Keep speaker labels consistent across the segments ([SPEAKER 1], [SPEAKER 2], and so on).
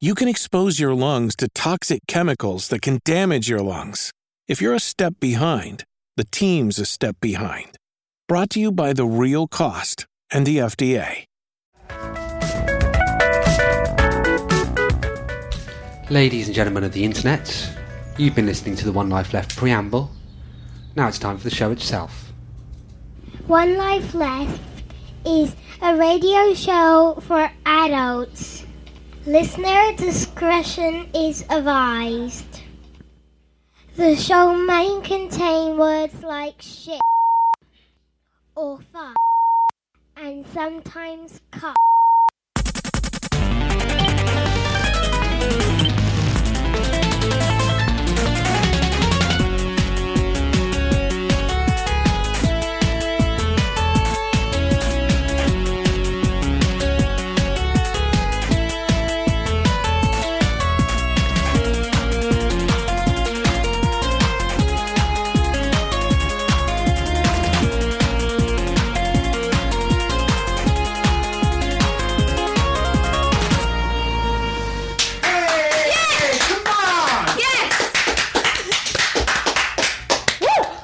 [SPEAKER 1] you can expose your lungs to toxic chemicals that can damage your lungs. If you're a step behind, the team's a step behind. Brought to you by The Real Cost and the FDA.
[SPEAKER 2] Ladies and gentlemen of the internet, you've been listening to the One Life Left preamble. Now it's time for the show itself.
[SPEAKER 3] One Life Left is a radio show for adults. Listener discretion is advised. The show may contain words like shit or fuck and sometimes cuck.
[SPEAKER 2] Are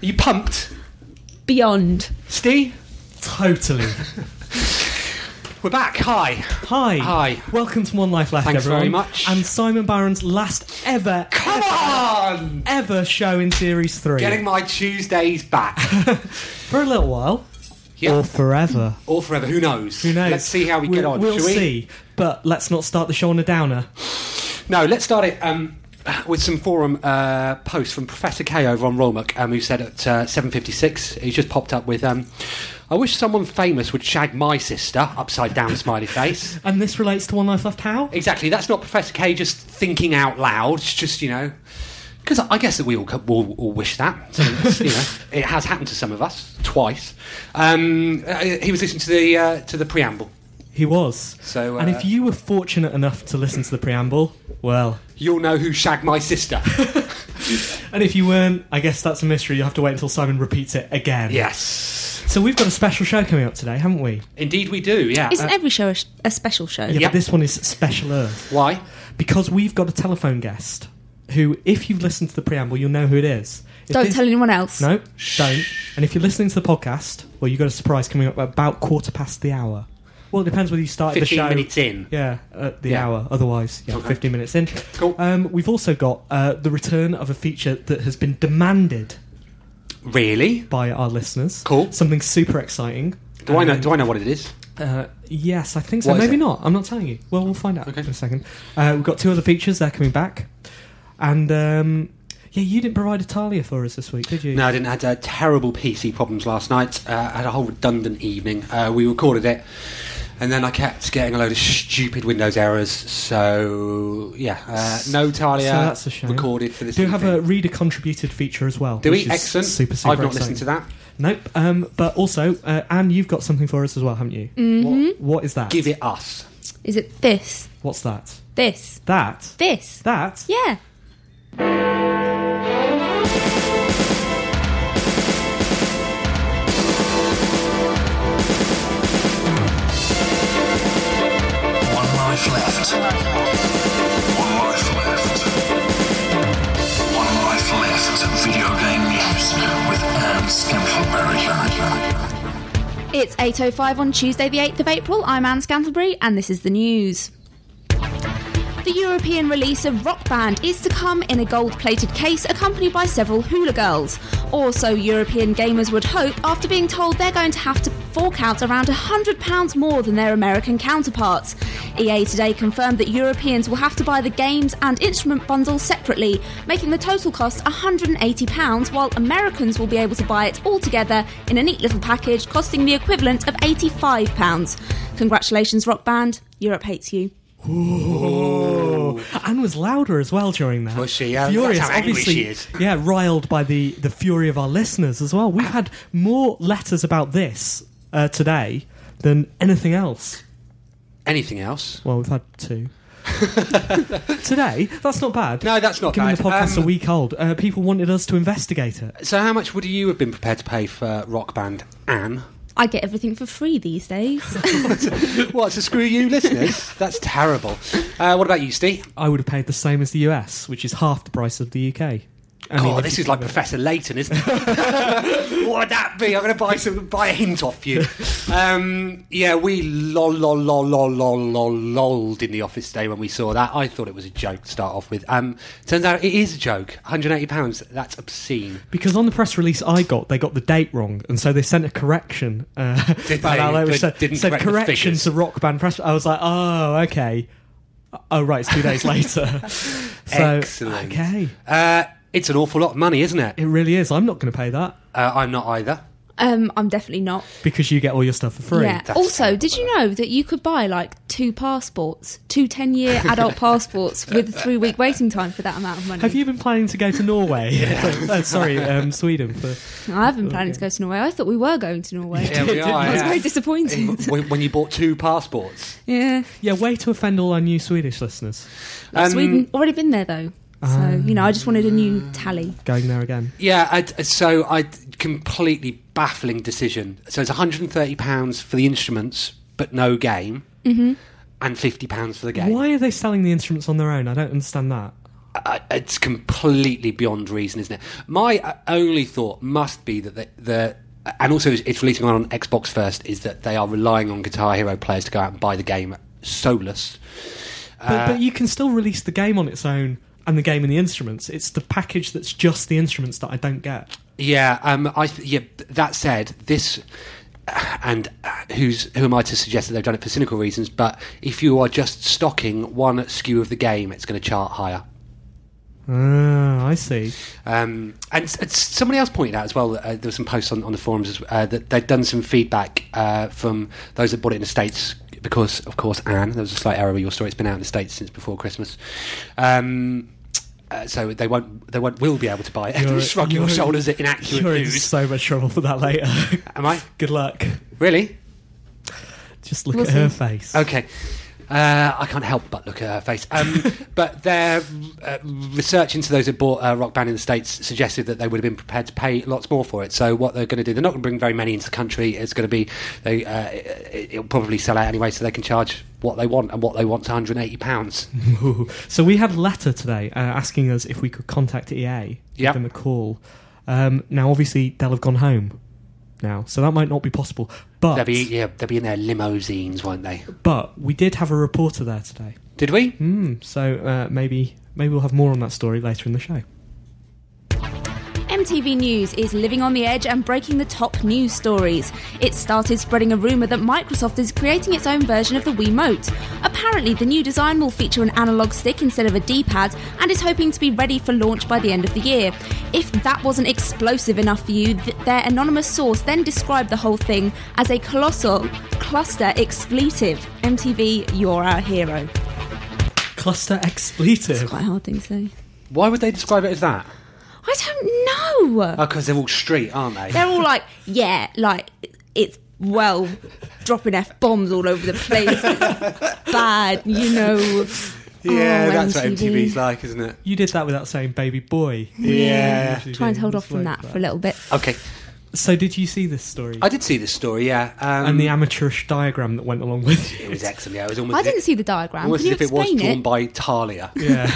[SPEAKER 2] you pumped?
[SPEAKER 4] Beyond.
[SPEAKER 2] Steve,
[SPEAKER 5] Totally.
[SPEAKER 2] we're back. Hi.
[SPEAKER 5] Hi.
[SPEAKER 2] Hi.
[SPEAKER 5] Welcome to One Life Left,
[SPEAKER 2] Thanks
[SPEAKER 5] everyone.
[SPEAKER 2] very much.
[SPEAKER 5] And Simon Barron's last ever,
[SPEAKER 2] Come on!
[SPEAKER 5] ever show in Series 3.
[SPEAKER 2] Getting my Tuesdays back.
[SPEAKER 5] For a little while.
[SPEAKER 2] Yeah.
[SPEAKER 5] Or forever.
[SPEAKER 2] Or forever, who knows?
[SPEAKER 5] Who knows?
[SPEAKER 2] Let's see how we
[SPEAKER 5] will
[SPEAKER 2] get on,
[SPEAKER 5] We'll
[SPEAKER 2] shall we?
[SPEAKER 5] see. But let's not start the show on a downer.
[SPEAKER 2] No, let's start it um, with some forum uh, posts from Professor K over on Rollmuck, um, who said at uh, 7.56, he's just popped up with, um, I wish someone famous would shag my sister, upside down smiley face.
[SPEAKER 5] And this relates to One Life Left how?
[SPEAKER 2] Exactly, that's not Professor K just thinking out loud, it's just, you know... Because I guess that we all, co- all, all wish that. So it's, you know, it has happened to some of us twice. Um, uh, he was listening to the uh, to the preamble.
[SPEAKER 5] He was.
[SPEAKER 2] So, uh,
[SPEAKER 5] and if you were fortunate enough to listen to the preamble, well.
[SPEAKER 2] You'll know who shagged my sister.
[SPEAKER 5] And if you weren't, I guess that's a mystery. You'll have to wait until Simon repeats it again.
[SPEAKER 2] yes,
[SPEAKER 5] So we've got a special show coming up today, haven't we?
[SPEAKER 2] indeed we do. Yeah.
[SPEAKER 4] Isn't
[SPEAKER 2] Uh,
[SPEAKER 4] every show a, sh- a special show?
[SPEAKER 5] Yeah,
[SPEAKER 2] Yep.
[SPEAKER 5] but this one is special Earth.
[SPEAKER 2] why?
[SPEAKER 5] Because we've got a telephone guest who, if you've listened to the preamble, you'll know who it is. If
[SPEAKER 4] Don't
[SPEAKER 5] this-
[SPEAKER 4] tell anyone else.
[SPEAKER 5] No, don't. And if you're listening to the podcast, well, you've got a surprise coming up at about quarter past the hour. Well, it depends whether you started the
[SPEAKER 2] 15
[SPEAKER 5] show.
[SPEAKER 2] minutes in.
[SPEAKER 5] Yeah, at the
[SPEAKER 2] Yeah.
[SPEAKER 5] hour. Otherwise, yeah, 15 minutes in.
[SPEAKER 2] Cool.
[SPEAKER 5] Um, we've also got uh, the return of a feature that has been demanded
[SPEAKER 2] Really?
[SPEAKER 5] by our listeners.
[SPEAKER 2] Cool.
[SPEAKER 5] Something super exciting.
[SPEAKER 2] Do I know? Do I know what it is?
[SPEAKER 5] Uh, yes, I think so.
[SPEAKER 2] What is
[SPEAKER 5] Maybe
[SPEAKER 2] it?
[SPEAKER 5] not. I'm not telling you. Well, we'll find out in a second. Uh, we've got two other features. They're coming back. And, um, yeah, you didn't provide Italia for us this week, did you?
[SPEAKER 2] No, I didn't. I had uh, terrible PC problems last night. Uh, I had a whole redundant evening. Uh, we recorded it, and then I kept getting a load of stupid Windows errors. So yeah, uh, no Talia
[SPEAKER 5] So that's a shame.
[SPEAKER 2] recorded for this.
[SPEAKER 5] Do you have a
[SPEAKER 2] evening.
[SPEAKER 5] reader contributed feature as well?
[SPEAKER 2] Do
[SPEAKER 5] which
[SPEAKER 2] we?
[SPEAKER 5] is
[SPEAKER 2] Excellent.
[SPEAKER 5] Super, super
[SPEAKER 2] I've not
[SPEAKER 5] exciting.
[SPEAKER 2] listened to that.
[SPEAKER 5] Nope. Um, but also, uh, Anne, you've got something for us as well, haven't you? What, what is that?
[SPEAKER 2] Give it us.
[SPEAKER 4] Is it this?
[SPEAKER 5] What's that?
[SPEAKER 4] This?
[SPEAKER 5] That?
[SPEAKER 4] This?
[SPEAKER 5] That?
[SPEAKER 4] Yeah.
[SPEAKER 6] One life left. One life left. One life left. Video game news with Anne Scantlebury.
[SPEAKER 4] It's 8.05 on Tuesday the 8th of April. I'm Anne Scantlebury and this is the news. The European release of Rock Band is to come in a gold-plated case accompanied by several hula girls. Or so European gamers would hope after being told they're going to have to fork out around £100 more than their American counterparts. EA today confirmed that Europeans will have to buy the games and instrument bundle separately, making the total cost £180, while Americans will be able to buy it all together in a neat little package costing the equivalent of £85. Congratulations, Rock Band. Europe hates you.
[SPEAKER 5] Ooh. Anne Oh. was louder as well during that.
[SPEAKER 2] Was she? Uh,
[SPEAKER 5] Furious,
[SPEAKER 2] that's how angry
[SPEAKER 5] obviously.
[SPEAKER 2] she is.
[SPEAKER 5] Yeah, riled by the the fury of our listeners as well. We've had more letters about this uh, today than anything else.
[SPEAKER 2] Anything else?
[SPEAKER 5] Well, we've had two. today, that's not bad.
[SPEAKER 2] No, that's not
[SPEAKER 5] Given
[SPEAKER 2] bad.
[SPEAKER 5] the podcast
[SPEAKER 2] Um,
[SPEAKER 5] a week old, uh, people wanted us to investigate it.
[SPEAKER 2] So, how much would you have been prepared to pay for uh, Rock Band Anne?
[SPEAKER 4] I get everything for free these days.
[SPEAKER 2] what? So, screw you, listeners. That's terrible. Uh, what about you, Steve?
[SPEAKER 5] I would have paid the same as the US, which is half the price of the UK. I mean,
[SPEAKER 2] God,
[SPEAKER 5] if
[SPEAKER 2] this
[SPEAKER 5] you
[SPEAKER 2] is like
[SPEAKER 5] think about
[SPEAKER 2] Professor Layton, isn't it? what would that be? I'm going to buy some, buy a hint off you. Um, yeah, we lol lol lol lol lol lol lolled in the office today when we saw that. I thought it was a joke to start off with. Um, turns out it is a joke. 180 pounds. That's obscene.
[SPEAKER 5] it. because on the press release I got, they got the date wrong, and so they sent a correction. Uh,
[SPEAKER 2] Did
[SPEAKER 5] about
[SPEAKER 2] they?
[SPEAKER 5] how
[SPEAKER 2] But
[SPEAKER 5] was said,
[SPEAKER 2] didn't
[SPEAKER 5] said
[SPEAKER 2] correct the
[SPEAKER 5] correction
[SPEAKER 2] figures.
[SPEAKER 5] to rock band press. I was like, oh, okay. Oh, right, it's two days later. so,
[SPEAKER 2] Excellent.
[SPEAKER 5] Okay,
[SPEAKER 2] Uh, it's an awful lot of money, isn't it?
[SPEAKER 5] it really is. I'm not going to pay that
[SPEAKER 2] Uh, I'm not either.
[SPEAKER 4] um, I'm definitely not.
[SPEAKER 5] because you get all your stuff for free.
[SPEAKER 4] Yeah.
[SPEAKER 2] That's
[SPEAKER 4] Also,
[SPEAKER 2] terrible.
[SPEAKER 4] did you know that you could buy like two passports, two 10 year adult passports with a three week waiting time for that amount of money?
[SPEAKER 5] Have you been planning to go to Norway? Uh, sorry, um, Sweden. For
[SPEAKER 4] I haven't planning to go to Norway. I thought we were going to Norway.
[SPEAKER 2] Yeah, we are.
[SPEAKER 4] I was
[SPEAKER 2] yeah.
[SPEAKER 4] very disappointed.
[SPEAKER 2] when, when you bought two passports.
[SPEAKER 4] yeah.
[SPEAKER 5] yeah, way to offend all our new Swedish listeners.
[SPEAKER 2] Um, Ah.
[SPEAKER 4] Sweden, already been there though. So, you know, I just wanted a new tally.
[SPEAKER 5] Going there again.
[SPEAKER 2] Yeah, I, so I completely baffling decision. So it's 130 pounds for the instruments, but no game, mm-hmm. and 50 pounds for the game.
[SPEAKER 5] Why are they selling the instruments on their own? I don't understand that.
[SPEAKER 2] I- it's completely beyond reason, isn't it? My uh, only thought must be that the, the and also it's it's releasing on Xbox first is that they are relying on Guitar Hero players to go out and buy the game solus.
[SPEAKER 5] But, but you can still release the game on its own and the game and the instruments. It's the package that's just the instruments that I don't get.
[SPEAKER 2] Yeah, um, I th- yeah. th- That said, this and uh, who's who am I to suggest that they've done it for cynical reasons? But if you are just stocking one skew of the game, it's going to chart higher.
[SPEAKER 5] Ah, I see.
[SPEAKER 2] Um, and, s- and s- somebody else pointed out as well. Uh, there were some posts on, on the forums as- uh, that they'd done some feedback uh, from those that bought it in the states because, of course, Anne. There was a slight error with your story. It's been out in the states since before Christmas. Um, uh, so they won't, they won't, will be able to buy it. Shrug your shoulders at inaccurate
[SPEAKER 5] You're in
[SPEAKER 2] news.
[SPEAKER 5] so much trouble for that later.
[SPEAKER 2] Am I
[SPEAKER 5] Good luck.
[SPEAKER 2] really?
[SPEAKER 5] Just look
[SPEAKER 4] We'll
[SPEAKER 5] at her
[SPEAKER 4] see.
[SPEAKER 5] face.
[SPEAKER 2] Okay. Uh, I can't help but look at her face. Um, but their uh, research into those that bought uh, Rock Band in the States suggested that they would have been prepared to pay lots more for it. So, what they're going to do, they're not going to bring very many into the country. It's going to be, they, uh, it, it'll probably sell out anyway, so they can charge what they want, and what they want's £180.
[SPEAKER 5] Ooh. So we had a letter today uh, asking us if we could contact EA,
[SPEAKER 2] Yep.
[SPEAKER 5] give them a call. Um, now, obviously, they'll have gone home now, so that might not be possible. But
[SPEAKER 2] They'll be, yeah, they'll be in their limousines, won't they?
[SPEAKER 5] but we did have a reporter there today,
[SPEAKER 2] Did we?
[SPEAKER 5] Hmm, so uh, maybe maybe we'll have more on that story later in the show.
[SPEAKER 4] MTV News is living on the edge and breaking the top news stories. It started spreading a rumour that Microsoft is creating its own version of the Wiimote. Apparently, the new design will feature an analog stick instead of a D pad and is hoping to be ready for launch by the end of the year. If that wasn't explosive enough for you, th- their anonymous source then described the whole thing as a colossal cluster expletive. MTV, you're our hero.
[SPEAKER 5] Cluster
[SPEAKER 4] It's
[SPEAKER 5] expletive.
[SPEAKER 4] quite a hard thing to say.
[SPEAKER 2] Why would they describe it as that?
[SPEAKER 4] I don't know!
[SPEAKER 2] Because Oh, they're all street, aren't they?
[SPEAKER 4] They're all like, yeah, like it's well dropping f bombs all over the place. It's bad, you know.
[SPEAKER 2] yeah,
[SPEAKER 4] Oh,
[SPEAKER 2] that's what
[SPEAKER 4] MTV.
[SPEAKER 2] MTV's like, isn't it?
[SPEAKER 5] You did that without saying baby boy.
[SPEAKER 2] Yeah.
[SPEAKER 4] Try and hold off from that for a little bit.
[SPEAKER 2] Okay.
[SPEAKER 5] So, did you see this story?
[SPEAKER 2] I did see this story, yeah. Um,
[SPEAKER 5] and the amateurish diagram that went along with
[SPEAKER 2] It
[SPEAKER 5] it.
[SPEAKER 2] was excellent. Yeah, it was almost
[SPEAKER 4] I didn't
[SPEAKER 2] as
[SPEAKER 4] see the diagram.
[SPEAKER 2] almost
[SPEAKER 4] Can you
[SPEAKER 2] as if it was
[SPEAKER 4] explain
[SPEAKER 2] drawn
[SPEAKER 4] it?
[SPEAKER 2] by Talia
[SPEAKER 5] Yeah,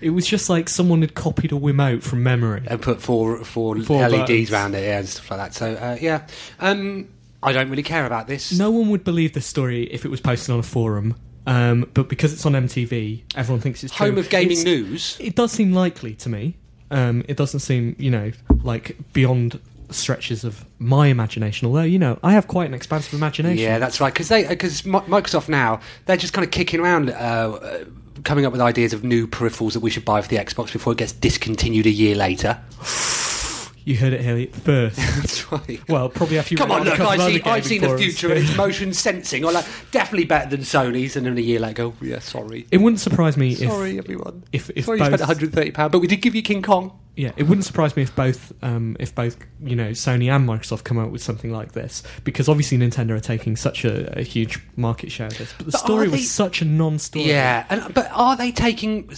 [SPEAKER 5] it was just like someone had copied a Wiimote from memory.
[SPEAKER 2] and put four four,
[SPEAKER 5] Four
[SPEAKER 2] LEDs
[SPEAKER 5] buttons.
[SPEAKER 2] round it yeah, and stuff like that. So uh, yeah, um, I don't really care about this.
[SPEAKER 5] No one would believe this story if it was posted on a forum, um, but because it's on MTV, everyone thinks it's true.
[SPEAKER 2] Home of gaming
[SPEAKER 5] It's-
[SPEAKER 2] news.
[SPEAKER 5] It does seem likely to me. Um, it doesn't seem, you know, like beyond stretches of my imagination. Although you know, I have quite an expansive imagination.
[SPEAKER 2] Yeah, that's right. Because they because Microsoft now they're just kind of kicking around. Uh, uh, Coming up with ideas of new peripherals that we should buy for the Xbox before it gets discontinued a year later.
[SPEAKER 5] You heard it here first.
[SPEAKER 2] That's right.
[SPEAKER 5] Well, probably after you
[SPEAKER 2] Come
[SPEAKER 5] read
[SPEAKER 2] on,
[SPEAKER 5] the
[SPEAKER 2] look,
[SPEAKER 5] cover of
[SPEAKER 2] I've seen,
[SPEAKER 5] Overgame
[SPEAKER 2] I've seen the
[SPEAKER 5] for us.
[SPEAKER 2] future and it's motion sensing. Or like, definitely better than Sony's. And then a year later, go, yeah, sorry.
[SPEAKER 5] It wouldn't surprise me
[SPEAKER 2] sorry,
[SPEAKER 5] if
[SPEAKER 2] everyone.
[SPEAKER 5] if- if
[SPEAKER 2] sorry, you spent
[SPEAKER 5] both-
[SPEAKER 2] £130, but we did give you King Kong.
[SPEAKER 5] yeah, it wouldn't surprise me if both um, if both you know Sony and Microsoft come out with something like this because obviously Nintendo are taking such a, a huge market share of this. But the
[SPEAKER 2] But
[SPEAKER 5] story
[SPEAKER 2] are they-
[SPEAKER 5] was such a non-story.
[SPEAKER 2] Yeah, and, but are they taking?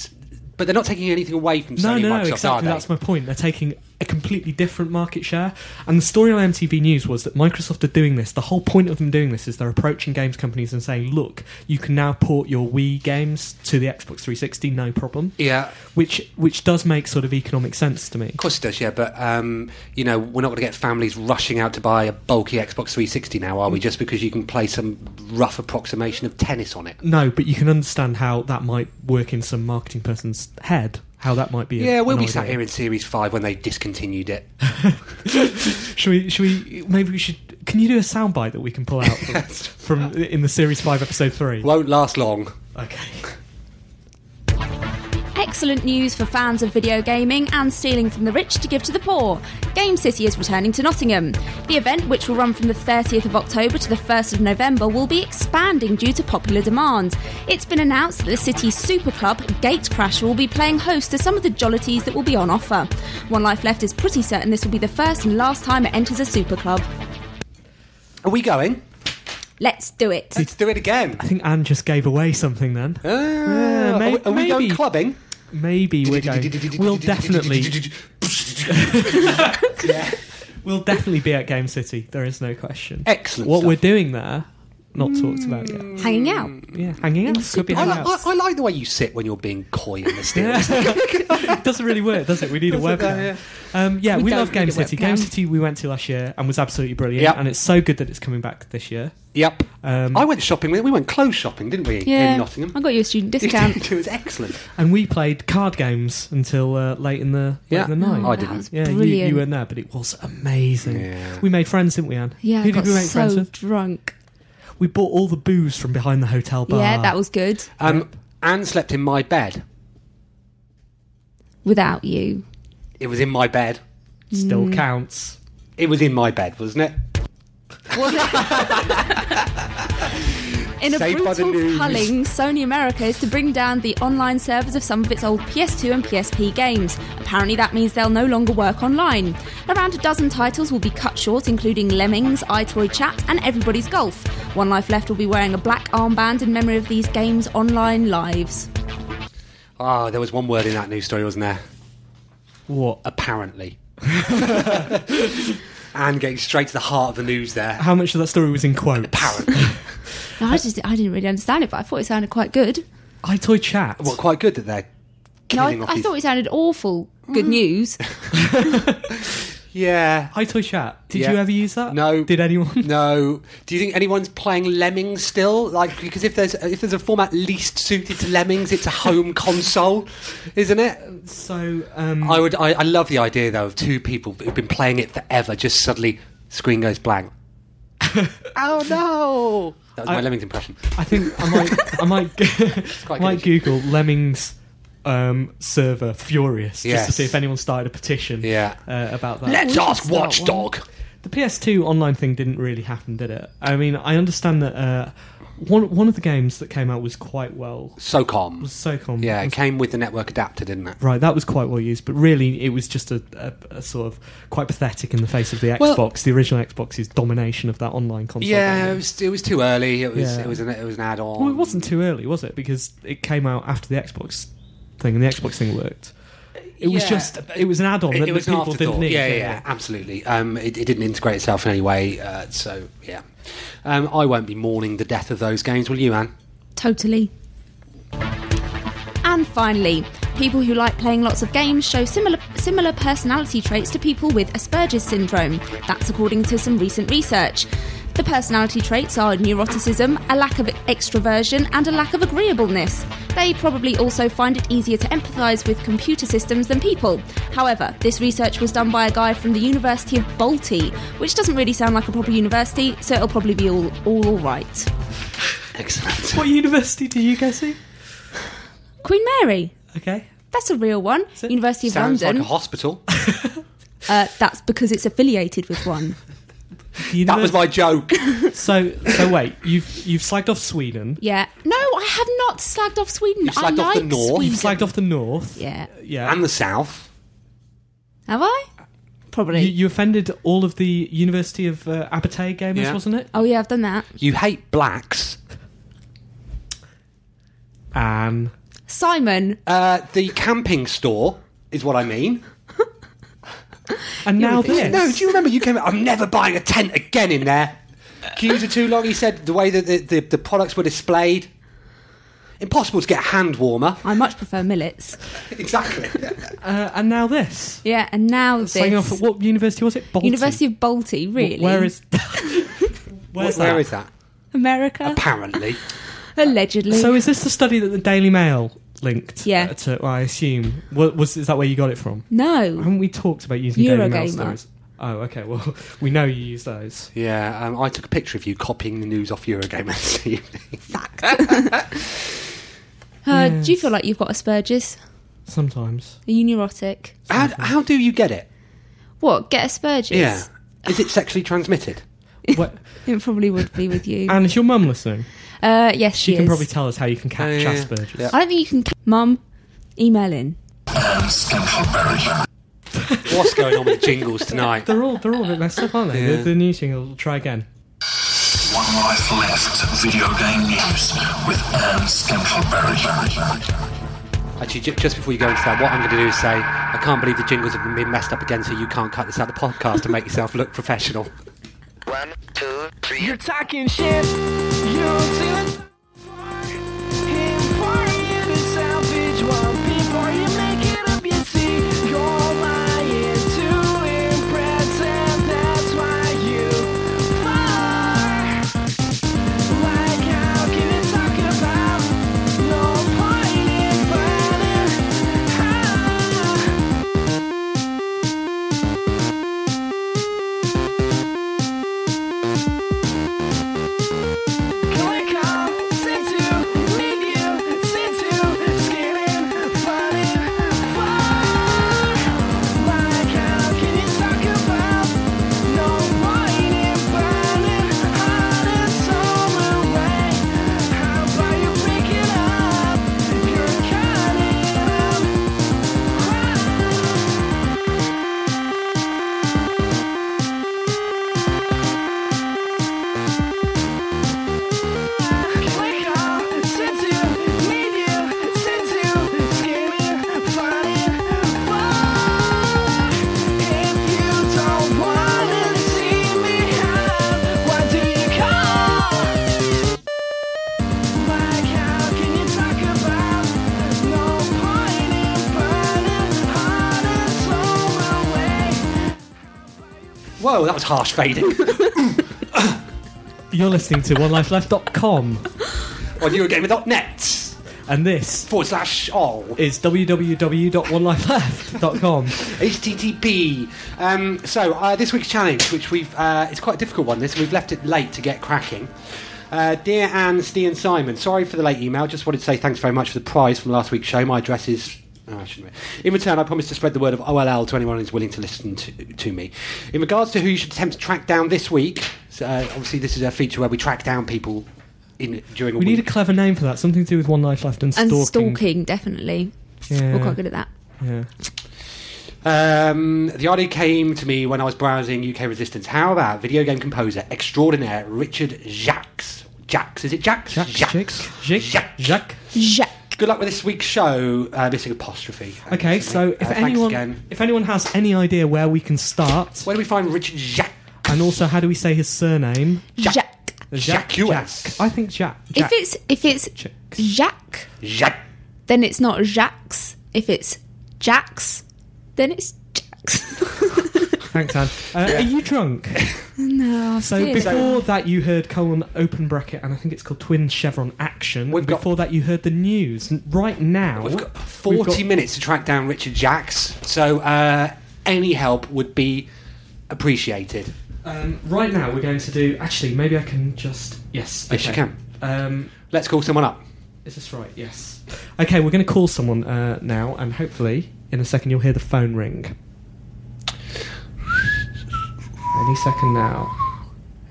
[SPEAKER 2] But they're not taking anything away from
[SPEAKER 5] No,
[SPEAKER 2] Sony
[SPEAKER 5] no,
[SPEAKER 2] and
[SPEAKER 5] no,
[SPEAKER 2] Microsoft, are
[SPEAKER 5] exactly.
[SPEAKER 2] they?
[SPEAKER 5] That's my point. They're taking a completely different market share. And the story on MTV News was that Microsoft are doing this. The whole point of them doing this is they're approaching games companies and saying, look, you can now port your Wii games to the Xbox 360, no problem.
[SPEAKER 2] yeah,
[SPEAKER 5] Which, which does make sort of economic sense to me.
[SPEAKER 2] of course it does. Yeah, but um, you know, we're not going to get families rushing out to buy a bulky Xbox 360 now, are we? Just because you can play some rough approximation of tennis on it.
[SPEAKER 5] No, but you can understand how that might work in some marketing person's head. How that might be. a-
[SPEAKER 2] Yeah, we'll
[SPEAKER 5] an
[SPEAKER 2] be
[SPEAKER 5] idea.
[SPEAKER 2] sat here in Series Five when they discontinued it.
[SPEAKER 5] Should we? Should we? Maybe we should. Can you do a soundbite that we can pull out from, from in the series five, episode three?
[SPEAKER 2] Won't last long.
[SPEAKER 5] Okay.
[SPEAKER 4] Excellent news for fans of video gaming and stealing from the rich to give to the poor. Game City is returning to Nottingham. The event, which will run from the 30th of October to the 1st of November, will be expanding due to popular demand. It's been announced that the city's super club, Gatecrash, will be playing host to some of the jollities that will be on offer. One Life Left is pretty certain this will be the first and last time it enters a super club.
[SPEAKER 2] Are we going?
[SPEAKER 4] Let's do it.
[SPEAKER 2] Let's do it again.
[SPEAKER 5] I think Anne just gave away something then.
[SPEAKER 2] Ah, are
[SPEAKER 5] may-
[SPEAKER 2] we- are we going
[SPEAKER 5] maybe.
[SPEAKER 2] clubbing?
[SPEAKER 5] Maybe we're going. We'll definitely, we'll definitely be at Game City. There is no question.
[SPEAKER 2] Excellent
[SPEAKER 5] What
[SPEAKER 2] stuff.
[SPEAKER 5] we're doing there, not talked about yet.
[SPEAKER 4] Hanging out.
[SPEAKER 5] Yeah, hanging out. Could be
[SPEAKER 2] I,
[SPEAKER 5] hanging
[SPEAKER 2] li-
[SPEAKER 5] out.
[SPEAKER 2] I, I like the way you sit when you're being coy and mysterious.
[SPEAKER 5] it doesn't really work, does it? We need a web. Yeah, um, yeah
[SPEAKER 4] We
[SPEAKER 5] we,
[SPEAKER 4] don't
[SPEAKER 5] love Game
[SPEAKER 4] need a
[SPEAKER 5] City.
[SPEAKER 4] webcam.
[SPEAKER 5] Game City we went to last year and was absolutely brilliant.
[SPEAKER 2] Yep.
[SPEAKER 5] And it's so good that it's coming back this year.
[SPEAKER 2] Yep.
[SPEAKER 5] Um,
[SPEAKER 2] I went shopping. with- We went clothes shopping, didn't we? In Nottingham.
[SPEAKER 4] I got you a student discount.
[SPEAKER 2] it was excellent.
[SPEAKER 5] And we played card games until uh, late in the late
[SPEAKER 2] Yeah.
[SPEAKER 5] in the night.
[SPEAKER 2] I
[SPEAKER 4] That was
[SPEAKER 2] didn't.
[SPEAKER 5] yeah, you,
[SPEAKER 4] brilliant.
[SPEAKER 5] you weren't there, but it was amazing.
[SPEAKER 2] Yeah.
[SPEAKER 5] We made friends, didn't we, Anne?
[SPEAKER 4] yeah,
[SPEAKER 5] Who
[SPEAKER 4] I got
[SPEAKER 5] did we make friends
[SPEAKER 4] so
[SPEAKER 5] with?
[SPEAKER 4] drunk.
[SPEAKER 5] We bought all the booze from behind the hotel bar.
[SPEAKER 4] Yeah, that was good.
[SPEAKER 2] Um, Anne slept in my bed.
[SPEAKER 4] Without you.
[SPEAKER 2] It was in my bed.
[SPEAKER 5] still
[SPEAKER 4] Mm.
[SPEAKER 5] counts.
[SPEAKER 2] It was in my bed, wasn't it?
[SPEAKER 4] In a
[SPEAKER 2] Saved by the
[SPEAKER 4] brutal
[SPEAKER 2] news.
[SPEAKER 4] culling, Sony America is to bring down the online servers of some of its old PS2 and PSP games. Apparently, that means they'll no longer work online. Around a dozen titles will be cut short, including Lemmings, iToy Chat, and Everybody's Golf. One Life Left will be wearing a black armband in memory of these games' online lives.
[SPEAKER 2] Ah, there was one word in that news story, wasn't there?
[SPEAKER 5] What?
[SPEAKER 2] Apparently. Anne getting straight to the heart of the news there.
[SPEAKER 5] How much of that story was in quotes?
[SPEAKER 2] Apparently.
[SPEAKER 4] Now, I just I didn't really understand it, but I thought it sounded quite good.
[SPEAKER 5] I toy chat.
[SPEAKER 2] well, quite good that they're
[SPEAKER 4] No,
[SPEAKER 2] killing
[SPEAKER 4] I,
[SPEAKER 2] off
[SPEAKER 4] I
[SPEAKER 2] these- Mm.
[SPEAKER 4] thought it sounded awful. Good news.
[SPEAKER 2] Yeah.
[SPEAKER 5] I toy chat. Did
[SPEAKER 2] Yeah.
[SPEAKER 5] you ever use that?
[SPEAKER 2] No.
[SPEAKER 5] Did anyone?
[SPEAKER 2] No. Do you think anyone's playing Lemmings still? Like, because if there's if there's a format least suited to Lemmings, it's a home console, isn't it?
[SPEAKER 5] So um,
[SPEAKER 2] I would. I, I love the idea though of two people who've been playing it forever. Just suddenly, screen goes blank. oh no! That was my
[SPEAKER 5] I-
[SPEAKER 2] Lemmings impression.
[SPEAKER 5] I think I might I might
[SPEAKER 2] quite
[SPEAKER 5] I might
[SPEAKER 2] good, isn't
[SPEAKER 5] Google Lemmings um, server furious just to
[SPEAKER 2] Yes.
[SPEAKER 5] see if anyone started a petition.
[SPEAKER 2] Yeah.
[SPEAKER 5] Uh, about that.
[SPEAKER 2] Let's
[SPEAKER 4] should
[SPEAKER 2] ask
[SPEAKER 4] start
[SPEAKER 2] Watchdog.
[SPEAKER 5] The PS2 online thing didn't really happen, did it? I mean, I understand that uh, one one of the games that came out was quite well.
[SPEAKER 2] SOCOM.
[SPEAKER 5] Was SOCOM.
[SPEAKER 2] yeah, it
[SPEAKER 5] was
[SPEAKER 2] came with the network adapter, didn't it?
[SPEAKER 5] Right, that was quite well used, but really it was just a, a, a sort of quite pathetic in the face of the Xbox,
[SPEAKER 2] Well-
[SPEAKER 5] the original Xbox's domination of that online console.
[SPEAKER 2] Yeah, it
[SPEAKER 5] gaming.
[SPEAKER 2] was. It was too early. It was.
[SPEAKER 5] Yeah.
[SPEAKER 2] It was an. It was an add-on.
[SPEAKER 5] Well, it wasn't too early, was it? Because it came out after the Xbox thing, and the Xbox thing worked. It was
[SPEAKER 2] Yeah,
[SPEAKER 5] just
[SPEAKER 2] but-
[SPEAKER 5] it was an add-on
[SPEAKER 2] It-
[SPEAKER 5] that
[SPEAKER 2] it
[SPEAKER 5] the
[SPEAKER 2] was an
[SPEAKER 5] people didn't
[SPEAKER 2] afterthought.
[SPEAKER 5] need.
[SPEAKER 2] Yeah, yeah, yeah, absolutely. Um, it, it didn't integrate itself in any way. Uh, so yeah, um, I won't be mourning the death of those games, will you, Anne?
[SPEAKER 4] Totally. And finally, people who like playing lots of games show similar similar personality traits to people with Asperger's syndrome. That's according to some recent research. The personality traits are neuroticism, a lack of extroversion, and a lack of agreeableness. They probably also find it easier to empathise with computer systems than people. However, this research was done by a guy from the University of Balti, which doesn't really sound like a proper university, so it'll probably be all all, all right.
[SPEAKER 2] Excellent.
[SPEAKER 5] What university do you go to?
[SPEAKER 4] Queen Mary.
[SPEAKER 5] Okay.
[SPEAKER 4] That's a real one.
[SPEAKER 5] it?
[SPEAKER 4] University of
[SPEAKER 2] Sounds like
[SPEAKER 4] London.
[SPEAKER 2] a hospital.
[SPEAKER 4] uh, that's because it's affiliated with one.
[SPEAKER 5] The
[SPEAKER 2] That
[SPEAKER 5] univers-
[SPEAKER 2] was my joke.
[SPEAKER 5] So, so wait, you've you've slagged off Sweden.
[SPEAKER 4] Yeah. No, I have not slagged off Sweden.
[SPEAKER 2] You slagged
[SPEAKER 4] I
[SPEAKER 2] off the
[SPEAKER 4] like
[SPEAKER 2] North.
[SPEAKER 4] Sweden.
[SPEAKER 5] You've slagged off the north.
[SPEAKER 4] Yeah.
[SPEAKER 5] Yeah.
[SPEAKER 2] and the South.
[SPEAKER 4] Have I? Probably.
[SPEAKER 5] you, you offended all of the University of uh, Abertay gamers,
[SPEAKER 2] Yeah.
[SPEAKER 5] wasn't it?
[SPEAKER 4] oh yeah, I've done that.
[SPEAKER 2] You hate blacks.
[SPEAKER 5] Anne.
[SPEAKER 4] Simon.
[SPEAKER 2] Uh, the camping store is what I mean.
[SPEAKER 5] And now this.
[SPEAKER 2] No, do you remember you came? I'm never buying a tent again in there. Queues are too long. He said the way that the, the, the products were displayed. Impossible to get a hand warmer.
[SPEAKER 4] I much prefer millets.
[SPEAKER 2] Exactly.
[SPEAKER 5] Uh, and now this.
[SPEAKER 4] Yeah, and now this
[SPEAKER 5] Slagging off at what university was it? Balti.
[SPEAKER 4] University of Balti, really?
[SPEAKER 5] W- Where is? Where's that?
[SPEAKER 2] Where is that?
[SPEAKER 4] America?
[SPEAKER 2] Apparently,
[SPEAKER 4] Allegedly.
[SPEAKER 5] So is this the study that the Daily Mail linked?
[SPEAKER 4] Yeah.
[SPEAKER 5] uh, to well, I assume. Wa- was is that where you got it from?
[SPEAKER 4] no.
[SPEAKER 5] Haven't we talked about using Daily Mail
[SPEAKER 4] Eurogamer.
[SPEAKER 5] stories? Oh, okay. Well, we know you use those.
[SPEAKER 2] yeah. Um, I took a picture of you copying the news off Eurogamer this evening.
[SPEAKER 4] Fact.
[SPEAKER 5] Oh,
[SPEAKER 4] Uh, Do you feel like you've got Asperger's?
[SPEAKER 5] Sometimes.
[SPEAKER 4] Are you neurotic?
[SPEAKER 2] How, how do you get it?
[SPEAKER 4] What? Get Asperger's?
[SPEAKER 2] Yeah. Is it sexually transmitted?
[SPEAKER 5] What?
[SPEAKER 4] It probably would be with you.
[SPEAKER 5] And is your mum listening?
[SPEAKER 4] Uh, yes, she,
[SPEAKER 5] She can
[SPEAKER 4] is.
[SPEAKER 5] probably tell us how you can catch
[SPEAKER 2] yeah, yeah.
[SPEAKER 5] Asperger's.
[SPEAKER 2] Yeah.
[SPEAKER 4] I don't think you can. ca- Mum, email in.
[SPEAKER 6] and Scantleberry.
[SPEAKER 2] What's going on with jingles tonight?
[SPEAKER 5] They're all they're all a bit messed up, aren't they?
[SPEAKER 2] Yeah.
[SPEAKER 5] The, the new single. Try again.
[SPEAKER 6] One Life Left Video Game News with Anne Scantleberry.
[SPEAKER 2] Actually, ju- just before you go into that, what I'm going to do is say, I can't believe the jingles have been messed up again, so you can't cut this out of the podcast to make yourself look professional.
[SPEAKER 7] One, two, three.
[SPEAKER 8] You're talking shit. You don't see what's him for you to salvage one before you make it up. You see, you're lying to impress, and that's why you fall. Like, how can you talk about no point in burning? high?
[SPEAKER 2] Whoa, that was harsh fading.
[SPEAKER 5] You're listening to OneLifeLeft.com,
[SPEAKER 2] on Eurogamer.net
[SPEAKER 5] and this
[SPEAKER 2] forward slash all
[SPEAKER 5] is www.onelifeleft.com.
[SPEAKER 2] HTTP. Um, so uh, this week's challenge, which we've uh, it's quite a difficult one. This we've left it late to get cracking. Uh, dear Anne, Steve, and Simon, sorry for the late email. Just wanted to say thanks very much for the prize from last week's show. My address is. Oh, I shouldn't be. In return, I promise to spread the word of OLL to anyone who's willing to listen to, to me. In regards to who you should attempt to track down this week, so, uh, obviously this is a feature where we track down people in during a
[SPEAKER 5] We
[SPEAKER 2] week.
[SPEAKER 5] need a clever name for that. Something to do with One Life Left and
[SPEAKER 4] And
[SPEAKER 5] stalking.
[SPEAKER 4] stalking, definitely.
[SPEAKER 5] Yeah.
[SPEAKER 4] We're quite good at that.
[SPEAKER 5] Yeah.
[SPEAKER 2] Um, the idea came to me when I was browsing UK Resistance. How about video game composer extraordinaire Richard Jacques? Jacques, is it Jacques?
[SPEAKER 5] Jacques. Jacques. Jacques.
[SPEAKER 2] Jacques.
[SPEAKER 5] Jacques.
[SPEAKER 4] Jacques.
[SPEAKER 2] Good luck with this week's show, uh, missing apostrophe.
[SPEAKER 5] Okay, so
[SPEAKER 2] Uh,
[SPEAKER 5] if
[SPEAKER 2] thanks
[SPEAKER 5] anyone
[SPEAKER 2] again.
[SPEAKER 5] if anyone has any idea where we can start,
[SPEAKER 2] Where do we find Richard Jacques?
[SPEAKER 5] and also how do we say his surname?
[SPEAKER 2] Jacques.
[SPEAKER 4] Jacques.
[SPEAKER 2] Jacques. Jacques.
[SPEAKER 5] I think Jack.
[SPEAKER 4] If it's if it's
[SPEAKER 5] Jacques.
[SPEAKER 4] Jacques,
[SPEAKER 2] Jacques.
[SPEAKER 4] then it's not Jacques. If it's Jacques, then it's Jacques.
[SPEAKER 5] Thanks, Anne. Uh, Are you drunk?
[SPEAKER 4] No.
[SPEAKER 5] So
[SPEAKER 4] seriously.
[SPEAKER 5] before that, you heard colon open bracket, and I think it's called Twin Chevron Action. And before that, you heard the news. And Right now,
[SPEAKER 2] We've got 40 minutes to track down Richard Jacks, so uh, any help would be appreciated.
[SPEAKER 5] Um, right now, we're going to do. Actually, maybe I can just. Yes.
[SPEAKER 2] Yes, you
[SPEAKER 5] okay.
[SPEAKER 2] can.
[SPEAKER 5] Um,
[SPEAKER 2] Let's call someone up.
[SPEAKER 5] Is this right? Yes. Okay, we're going to call someone uh, now, and hopefully, in a second, you'll hear the phone ring. Any second now.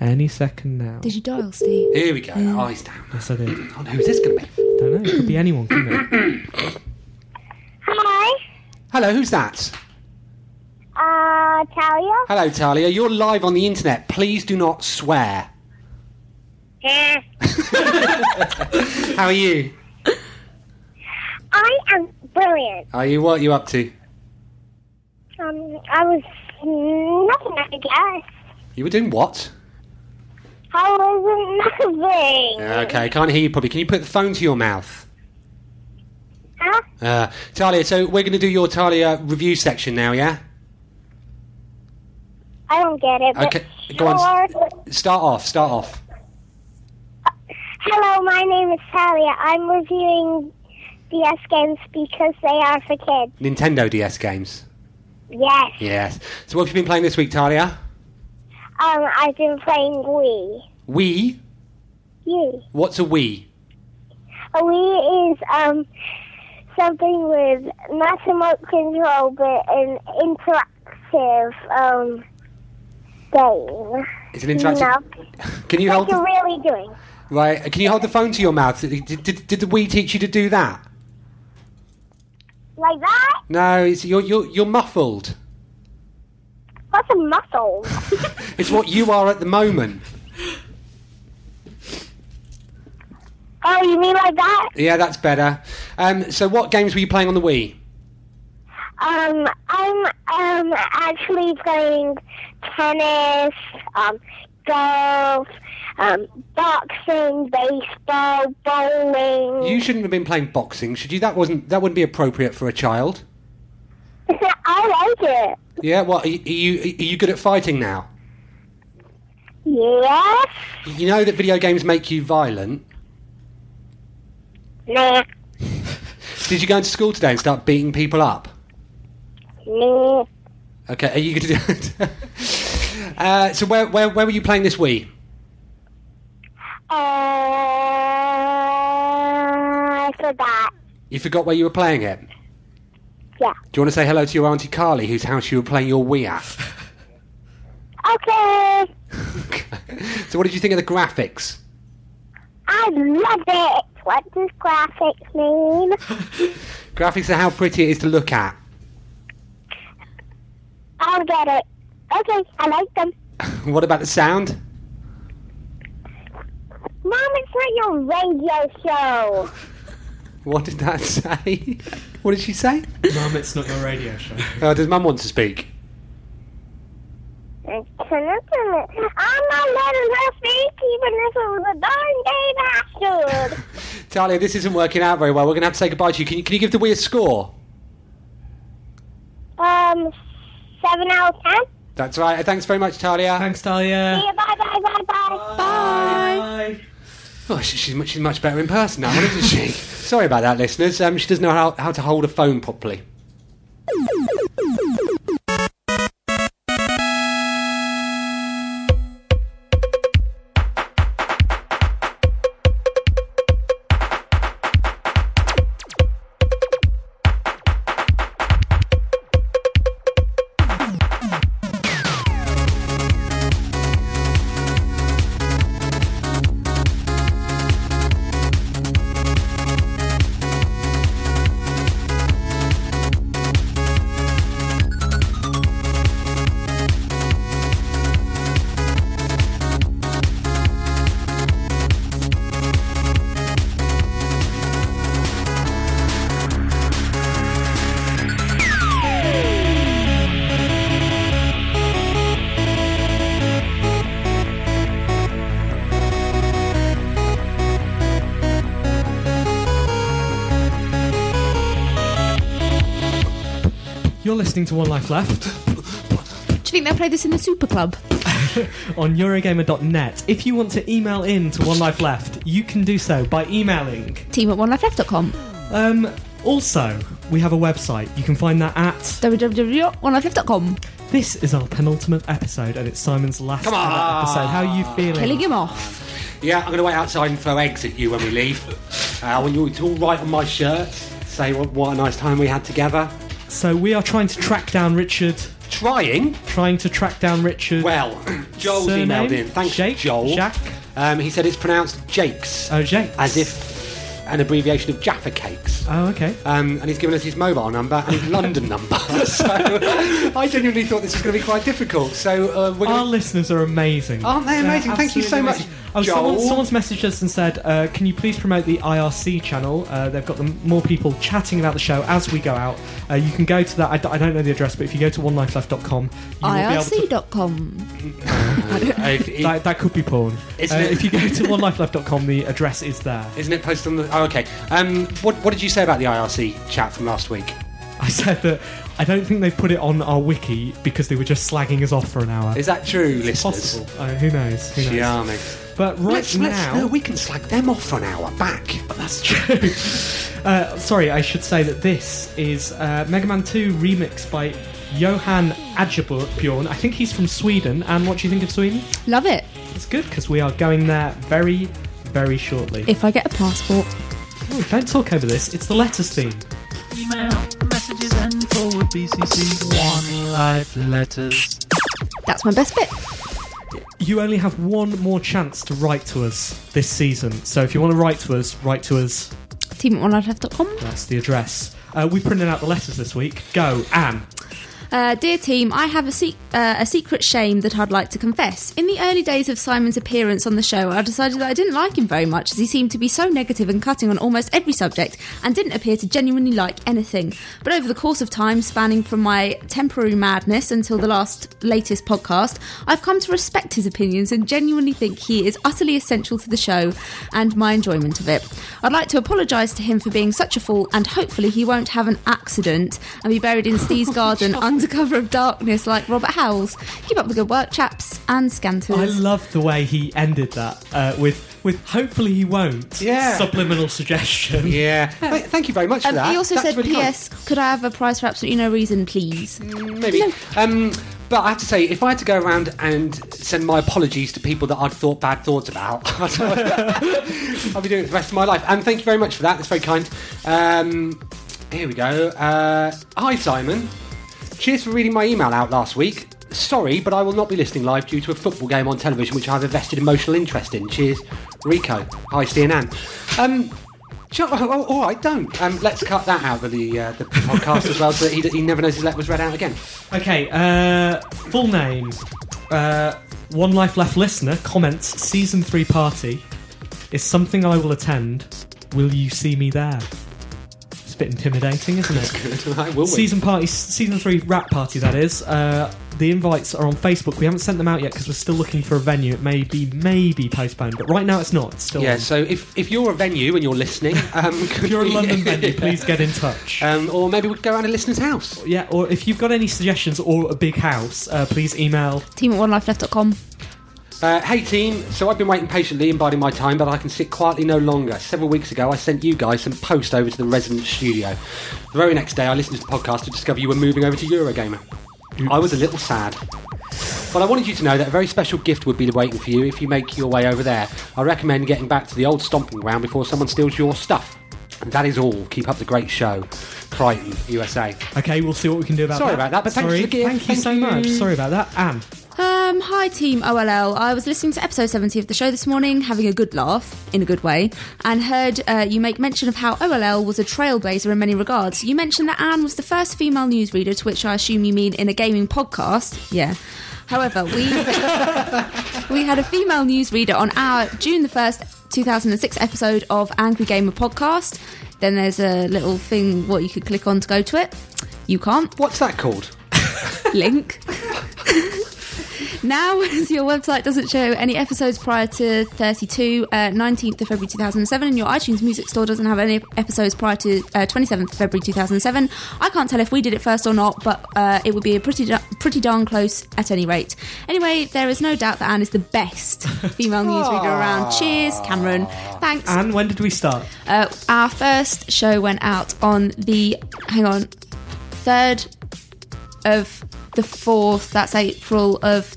[SPEAKER 5] Any second now.
[SPEAKER 4] Did you dial, Steve?
[SPEAKER 2] Here we go.
[SPEAKER 5] Mm.
[SPEAKER 2] Eyes down.
[SPEAKER 5] Yes, I did.
[SPEAKER 2] Oh, no, who's this going to be?
[SPEAKER 5] Don't know. It could be anyone, couldn't it?
[SPEAKER 3] Hi.
[SPEAKER 2] Hello, who's that?
[SPEAKER 3] Uh, Talia?
[SPEAKER 2] Hello, Talia. You're live on the internet. Please do not swear.
[SPEAKER 3] Yeah.
[SPEAKER 2] How are you?
[SPEAKER 3] I am brilliant.
[SPEAKER 2] Are you? What are you up to?
[SPEAKER 3] Um, I was nothing, I guess.
[SPEAKER 2] You were doing what?
[SPEAKER 3] I was nothing.
[SPEAKER 2] Okay, can't hear you probably. Can you put the phone to your mouth?
[SPEAKER 3] Huh?
[SPEAKER 2] Uh, Talia, so we're going to do your Talia review section now, yeah?
[SPEAKER 3] I don't get it. But
[SPEAKER 2] Okay, go on.
[SPEAKER 3] sure.
[SPEAKER 2] Start off, start off.
[SPEAKER 3] Hello, my name is Talia. I'm reviewing DS games because they are for kids.
[SPEAKER 2] Nintendo DS games.
[SPEAKER 3] Yes.
[SPEAKER 2] Yes. So what have you been playing this week, Talia?
[SPEAKER 3] Um, I've been playing Wii.
[SPEAKER 2] Wii?
[SPEAKER 3] You.
[SPEAKER 2] What's a Wii?
[SPEAKER 3] A Wii is um something with not remote control but an interactive um game.
[SPEAKER 2] It's an interactive. Can you
[SPEAKER 3] Like
[SPEAKER 2] hold?
[SPEAKER 3] you're
[SPEAKER 2] The,
[SPEAKER 3] really doing.
[SPEAKER 2] right. Can you hold the phone to your mouth? Did, did, did the Wii teach you to do that?
[SPEAKER 3] Like that?
[SPEAKER 2] No. It's you're you're you're muffled.
[SPEAKER 3] Lots of muscles.
[SPEAKER 2] It's what you are at the moment.
[SPEAKER 3] oh, you mean like that?
[SPEAKER 2] Yeah, that's better. Um, so what games were you playing on the Wii?
[SPEAKER 3] Um, I'm um actually playing tennis, um, golf, um, boxing, baseball, bowling.
[SPEAKER 2] You shouldn't have been playing boxing, should you? That wasn't that wouldn't be appropriate for a child.
[SPEAKER 3] I like it.
[SPEAKER 2] Yeah. What are you? Are you, are you good at fighting now?
[SPEAKER 3] Yes.
[SPEAKER 2] You know that video games make you violent.
[SPEAKER 3] Nah.
[SPEAKER 2] Did you go into school today and start beating people up?
[SPEAKER 3] Nah.
[SPEAKER 2] Okay, are you going to do it? uh, so where, where where were you playing this Wii?
[SPEAKER 3] Uh, I forgot.
[SPEAKER 2] You forgot where you were playing it. Do
[SPEAKER 3] Yeah.
[SPEAKER 2] you want to say hello to your auntie Carly, whose house you were playing your Wii at?
[SPEAKER 3] Okay.
[SPEAKER 2] so what did you think of the graphics?
[SPEAKER 3] I love it. What does graphics mean?
[SPEAKER 2] Graphics are how pretty it is to look at.
[SPEAKER 3] I'll get it. Okay, I like them.
[SPEAKER 2] What about the sound?
[SPEAKER 3] Mom, it's not your radio show.
[SPEAKER 2] What did that say? what did she say?
[SPEAKER 5] Mum, it's not your radio show.
[SPEAKER 2] Uh, does Mum want to speak?
[SPEAKER 3] It's not gonna- I'm not letting her speak even if it was a darn game I should.
[SPEAKER 2] Talia, this isn't working out very well. We're going to have to say goodbye to you. Can you, can you give the Wii a score?
[SPEAKER 3] Um, 7 out of 10?
[SPEAKER 2] That's right. Thanks very much, Talia.
[SPEAKER 5] Thanks, Talia.
[SPEAKER 3] Yeah, bye, bye, bye, bye.
[SPEAKER 5] Bye.
[SPEAKER 2] Oh, she, she's, much, she's much better in person now, isn't she? Sorry about that, listeners. Um, she doesn't know how, how to hold a phone properly.
[SPEAKER 5] You're listening to One Life Left.
[SPEAKER 4] Should think they'll play this in the Super Club?
[SPEAKER 5] on Eurogamer.net. If you want to email in to One Life Left, you can do so by emailing
[SPEAKER 4] team at onelifeleft.com.
[SPEAKER 5] Um, also, we have a website. You can find that at
[SPEAKER 4] www.onelifeleft.com.
[SPEAKER 5] This is our penultimate episode, and it's Simon's last
[SPEAKER 2] Come
[SPEAKER 5] ever
[SPEAKER 2] on.
[SPEAKER 5] episode. How are you feeling?
[SPEAKER 4] Killing him off.
[SPEAKER 2] Yeah, I'm going to wait outside and throw eggs at you when we leave. Uh, I want you to all write on my shirt, say what, what a nice time we had together.
[SPEAKER 5] So we are trying to track down Richard.
[SPEAKER 2] Trying?
[SPEAKER 5] Trying to track down Richard.
[SPEAKER 2] Well, Joel's
[SPEAKER 5] Surname?
[SPEAKER 2] emailed in. Thanks,
[SPEAKER 5] Jake?
[SPEAKER 2] Joel.
[SPEAKER 5] Jack?
[SPEAKER 2] Um, he said it's pronounced Jake's.
[SPEAKER 5] Oh, Jake.
[SPEAKER 2] As if an abbreviation of Jaffa Cakes.
[SPEAKER 5] Oh, okay.
[SPEAKER 2] Um, and he's given us his mobile number and his London number. So I genuinely thought this was going to be quite difficult. So uh, we're
[SPEAKER 5] Our
[SPEAKER 2] gonna...
[SPEAKER 5] listeners are amazing.
[SPEAKER 2] Aren't they
[SPEAKER 5] They're
[SPEAKER 2] amazing? Thank you so
[SPEAKER 5] absolutely
[SPEAKER 2] much,
[SPEAKER 5] amazing. Oh, someone,
[SPEAKER 2] Joel.
[SPEAKER 5] someone's messaged us and said, uh, "Can you please promote the IRC channel? Uh, they've got the, more people chatting about the show as we go out. Uh, you can go to that. I, d- I don't know the address, but if you go to onelifeleft.com, you will be able to.
[SPEAKER 4] IRC.com.
[SPEAKER 2] If- if-
[SPEAKER 5] That, that could be porn.
[SPEAKER 2] Isn't
[SPEAKER 5] Uh,
[SPEAKER 2] it-
[SPEAKER 5] If you go to onelifeleft.com, the address is there.
[SPEAKER 2] Isn't it posted on the? Oh, okay. Um, what, what did you say about the IRC chat from last week?
[SPEAKER 5] I said that I don't think they've put it on our wiki because they were just slagging us off for an hour.
[SPEAKER 2] Is that true,
[SPEAKER 5] It's
[SPEAKER 2] listeners?
[SPEAKER 5] possible? Uh, who knows? Who knows?
[SPEAKER 2] Shiami.
[SPEAKER 5] But right
[SPEAKER 2] let's,
[SPEAKER 5] now,
[SPEAKER 2] let's, no, we can slag them off for an hour back.
[SPEAKER 5] That's true. uh, sorry, I should say that this is uh, Mega Man 2 remixed by Johan Adjabjorn. I think he's from Sweden. And what do you think of Sweden?
[SPEAKER 4] Love it.
[SPEAKER 5] It's good because we are going there very, very shortly.
[SPEAKER 4] If I get a passport.
[SPEAKER 5] Ooh, don't talk over this. It's the letters theme.
[SPEAKER 9] Email messages and forward BCC one life letters.
[SPEAKER 4] That's my best bit.
[SPEAKER 5] You only have one more chance to write to us this season. So if you want to write to us, write to us.
[SPEAKER 4] Team at onelifeleft.com.
[SPEAKER 5] That's the address. Uh, we printed out the letters this week. Go, Anne.
[SPEAKER 4] Uh, dear team, I have a, se- uh, a secret shame that I'd like to confess. In the early days of Simon's appearance on the show, I decided that I didn't like him very much as he seemed to be so negative and cutting on almost every subject and didn't appear to genuinely like anything. But over the course of time, spanning from my temporary madness until the last latest podcast, I've come to respect his opinions and genuinely think he is utterly essential to the show and my enjoyment of it. I'd like to apologise to him for being such a fool and hopefully he won't have an accident and be buried in Steve's garden under cover of darkness like Robert Howells. Keep up the good work, chaps, and scanters.
[SPEAKER 5] I love the way he ended that uh, with with hopefully he won't.
[SPEAKER 2] Yeah.
[SPEAKER 5] Subliminal suggestion.
[SPEAKER 2] Yeah. Th- thank you very much for
[SPEAKER 4] Um,
[SPEAKER 2] that.
[SPEAKER 4] he also
[SPEAKER 2] That's
[SPEAKER 4] said,
[SPEAKER 2] really kind.
[SPEAKER 4] "P.S. Could I have a prize for absolutely no reason, please?"
[SPEAKER 2] Maybe. Um, but I have to say, if I had to go around and send my apologies to people that I'd thought bad thoughts about, I'll be doing it the rest of my life. And thank you very much for that. That's very kind. Um, here we go. Uh, hi, Simon. Cheers for reading my email out last week. Sorry, but I will not be listening live due to a football game on television which I have a vested emotional interest in. Cheers, Rico. Hi, CNN. Um, Sure, oh, oh, all right, don't. Um, let's cut that out of the uh, the podcast as well, so that he, he never knows his letter was read out again.
[SPEAKER 5] Okay. Uh, full name. Uh, One life left listener comments. Season three party is something I will attend. Will you see me there? It's a bit intimidating, isn't it?
[SPEAKER 2] I will. win.
[SPEAKER 5] season party, season three wrap party. That is. Uh, the invites are on Facebook. We haven't sent them out yet because we're still looking for a venue. It may be maybe postponed, but right now it's not. It's still
[SPEAKER 2] Yeah.
[SPEAKER 5] on.
[SPEAKER 2] So if if you're a venue and you're listening, um, could
[SPEAKER 5] If you're a
[SPEAKER 2] we-
[SPEAKER 5] London venue, please get in touch.
[SPEAKER 2] Um, or maybe we could go around a listener's house.
[SPEAKER 5] Yeah, or if you've got any suggestions or a big house, uh, please email.
[SPEAKER 4] Team at onelifeleft.com.
[SPEAKER 2] Uh, hey team, so I've been waiting patiently and biding my time, but I can sit quietly no longer. Several weeks ago, I sent you guys some post over to the resident studio. The very next day, I listened to the podcast to discover you were moving over to Eurogamer. I was a little sad. But I wanted you to know that a very special gift would be waiting for you if you make your way over there. I recommend getting back to the old stomping ground before someone steals your stuff. And that is all. Keep up the great show. Crichton, USA.
[SPEAKER 5] Okay, we'll see what we can do about
[SPEAKER 2] Sorry
[SPEAKER 5] that.
[SPEAKER 2] about that, but thanks
[SPEAKER 5] Sorry.
[SPEAKER 2] for the gift.
[SPEAKER 5] Thank you
[SPEAKER 2] Thank
[SPEAKER 5] so
[SPEAKER 2] you.
[SPEAKER 5] much. Sorry about that. Anne,
[SPEAKER 4] Um, hi team OLL. I was listening to episode 70 of the show this morning, having a good laugh, in a good way, and heard uh, you make mention of how OLL was a trailblazer in many regards. You mentioned that Anne was the first female newsreader, to which I assume you mean in a gaming podcast. Yeah. However, we we had a female newsreader on our June the 1st, 2006 episode of Angry Gamer podcast. Then there's a little thing what you could click on to go to it. You can't
[SPEAKER 2] What's that called?
[SPEAKER 4] link. Now, as your website doesn't show any episodes prior to 32, uh, 19th of February 2007, and your iTunes music store doesn't have any episodes prior to uh, 27th of February 2007, I can't tell if we did it first or not, but uh, it would be a pretty, da- pretty darn close at any rate. Anyway, there is no doubt that Anne is the best female newsreader around. Cheers, Cameron. Thanks.
[SPEAKER 5] And when did we start?
[SPEAKER 4] Uh, our first show went out on the hang on third of the fourth. That's April of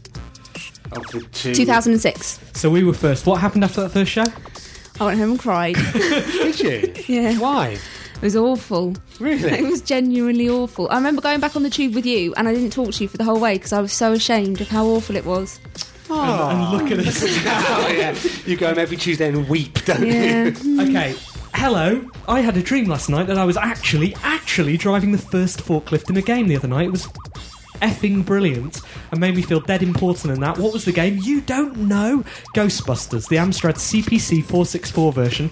[SPEAKER 2] Of the two.
[SPEAKER 4] 2006.
[SPEAKER 5] So we were first. What happened after that first show?
[SPEAKER 4] I went home and cried.
[SPEAKER 2] Did you?
[SPEAKER 4] yeah,
[SPEAKER 2] Why?
[SPEAKER 4] it was awful.
[SPEAKER 2] Really?
[SPEAKER 4] it was genuinely awful. I remember going back on the tube with you, and I didn't talk to you for the whole way because I was so ashamed of how awful it was.
[SPEAKER 5] And look at us.
[SPEAKER 2] oh, yeah. You go home every Tuesday and weep, don't
[SPEAKER 4] Yeah.
[SPEAKER 2] you?
[SPEAKER 5] okay. Hello. I had a dream last night that I was actually, actually driving the first forklift in a game the other night. It was effing brilliant and made me feel dead important in that. What was the game? You don't know? Ghostbusters, the Amstrad CPC 464 version.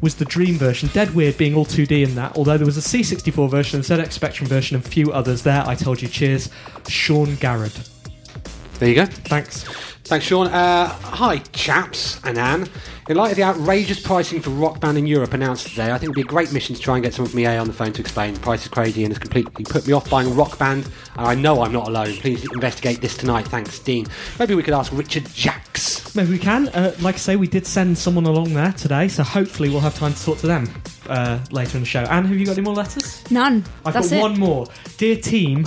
[SPEAKER 5] Was the dream version dead weird being all 2D in that? Although there was a C64 version, a ZX Spectrum version, and few others there. I told you, cheers, Sean Garrett.
[SPEAKER 2] There you go.
[SPEAKER 5] Thanks.
[SPEAKER 2] Thanks, Sean. Uh, hi, chaps and Anne. In light of the outrageous pricing for Rock Band in Europe announced today, I think it would be a great mission to try and get someone from EA on the phone to explain. The price is crazy and has completely put me off buying a Rock Band, and I know I'm not alone. Please investigate this tonight. Thanks, Dean. Maybe we could ask Richard Jacks.
[SPEAKER 5] Maybe we can. Uh, like I say, we did send someone along there today, so hopefully we'll have time to talk to them uh, later in the show. Anne, have you got any more letters?
[SPEAKER 4] None.
[SPEAKER 5] I've
[SPEAKER 4] That's
[SPEAKER 5] got
[SPEAKER 4] it.
[SPEAKER 5] one more. Dear team,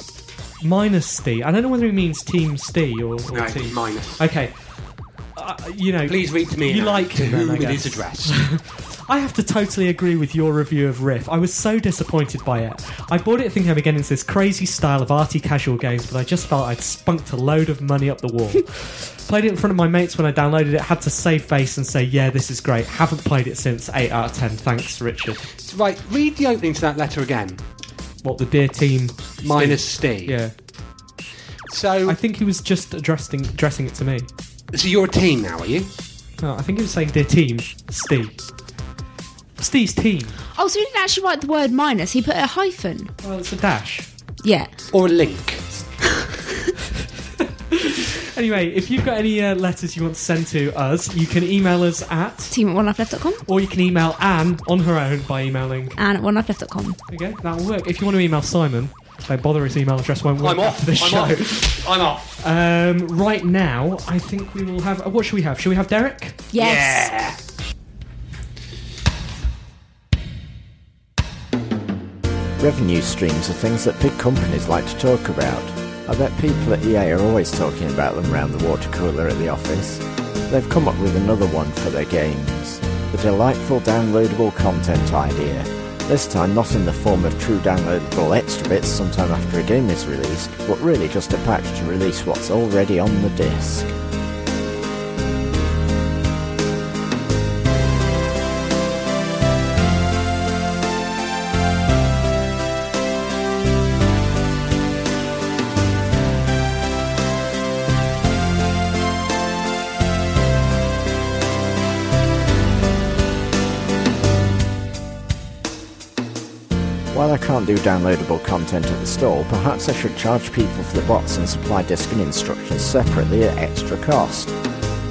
[SPEAKER 5] minus Steve. I don't know whether he means team Steve or, or
[SPEAKER 2] No,
[SPEAKER 5] team.
[SPEAKER 2] minus.
[SPEAKER 5] Okay. Uh, you know,
[SPEAKER 2] Please read to me.
[SPEAKER 5] You
[SPEAKER 2] Anne,
[SPEAKER 5] like
[SPEAKER 2] to
[SPEAKER 5] him then,
[SPEAKER 2] whom
[SPEAKER 5] I
[SPEAKER 2] it is
[SPEAKER 5] guess.
[SPEAKER 2] addressed.
[SPEAKER 5] I have to totally agree with your review of Riff. I was so disappointed by it. I bought it thinking I would get into this crazy style of arty casual games, but I just felt I'd spunked a load of money up the wall. Played it in front of my mates when I downloaded it, had to save face and say, yeah, this is great. Haven't played it since 8 out of 10. Thanks, Richard.
[SPEAKER 2] right, read the opening to that letter again.
[SPEAKER 5] What the dear team.
[SPEAKER 2] Minus Steve.
[SPEAKER 5] Yeah.
[SPEAKER 2] So,
[SPEAKER 5] I think he was just addressing, addressing it to me.
[SPEAKER 2] so you're a team now, are you?
[SPEAKER 5] No, I think he was saying, dear team, Steve. Steve's team.
[SPEAKER 4] Oh, so he didn't actually write the word minus. He put a hyphen.
[SPEAKER 5] Well, it's a dash.
[SPEAKER 4] Yeah.
[SPEAKER 2] Or a link?
[SPEAKER 5] Anyway, if you've got any uh, letters you want to send to us, you can email us at,
[SPEAKER 4] Team at onelifeleft.com
[SPEAKER 5] or you can email Anne on her own by emailing.
[SPEAKER 4] and at onelifeleft.com.
[SPEAKER 5] Okay, that'll work. If you want to email Simon, don't bother his email address. Won't work
[SPEAKER 2] I'm off.
[SPEAKER 5] after this
[SPEAKER 2] I'm
[SPEAKER 5] show.
[SPEAKER 2] off. I'm off.
[SPEAKER 5] Um, right now, I think we will have. uh, What should we have? Should we have Derek?
[SPEAKER 4] Yes.
[SPEAKER 2] Yeah.
[SPEAKER 10] Revenue streams are things that big companies like to talk about. I bet people at EA are always talking about them round the water cooler at the office. They've come up with another one for their games. The delightful downloadable content idea. This time not in the form of true downloadable extra bits sometime after a game is released, but really just a patch to release what's already on the disc. While I can't do downloadable content at the store, perhaps I should charge people for the bots and supply disk and instructions separately at extra cost.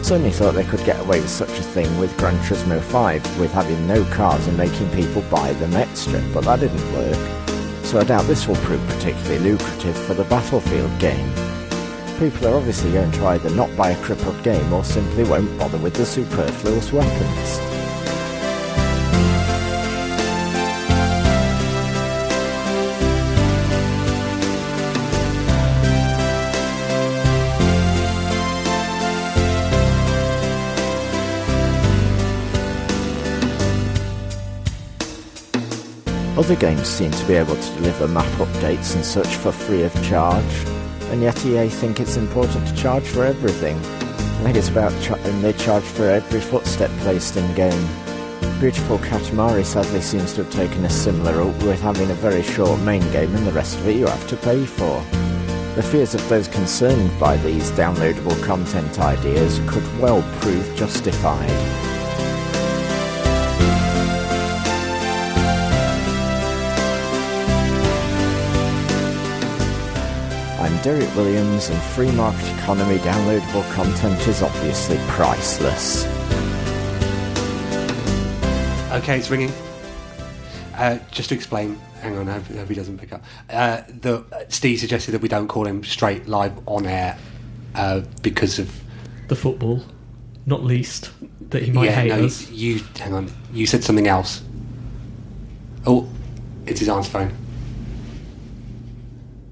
[SPEAKER 10] Sony thought they could get away with such a thing with Gran Turismo 5, with having no cars and making people buy them extra, but that didn't work. So I doubt this will prove particularly lucrative for the Battlefield game. People are obviously going to either not buy a crippled game or simply won't bother with the superfluous weapons. Other games seem to be able to deliver map updates and such for free of charge, and yet EA think it's important to charge for everything. I think it's about cha- and they charge for every footstep placed in game. Beautiful Katamari sadly seems to have taken a similar route with having a very short main game and the rest of it you have to pay for. The fears of those concerned by these downloadable content ideas could well prove justified. I'm Derek Williams and free market economy downloadable content is obviously priceless.
[SPEAKER 2] Okay, it's ringing. Uh, just to explain, hang on, I hope, I hope he doesn't pick up. Uh, the, Steve suggested that we don't call him straight live on air uh, because of
[SPEAKER 5] the football, not least that he might
[SPEAKER 2] yeah,
[SPEAKER 5] hate
[SPEAKER 2] no,
[SPEAKER 5] us.
[SPEAKER 2] You, you- hang on. You said something else. Oh, it's his aunt's phone.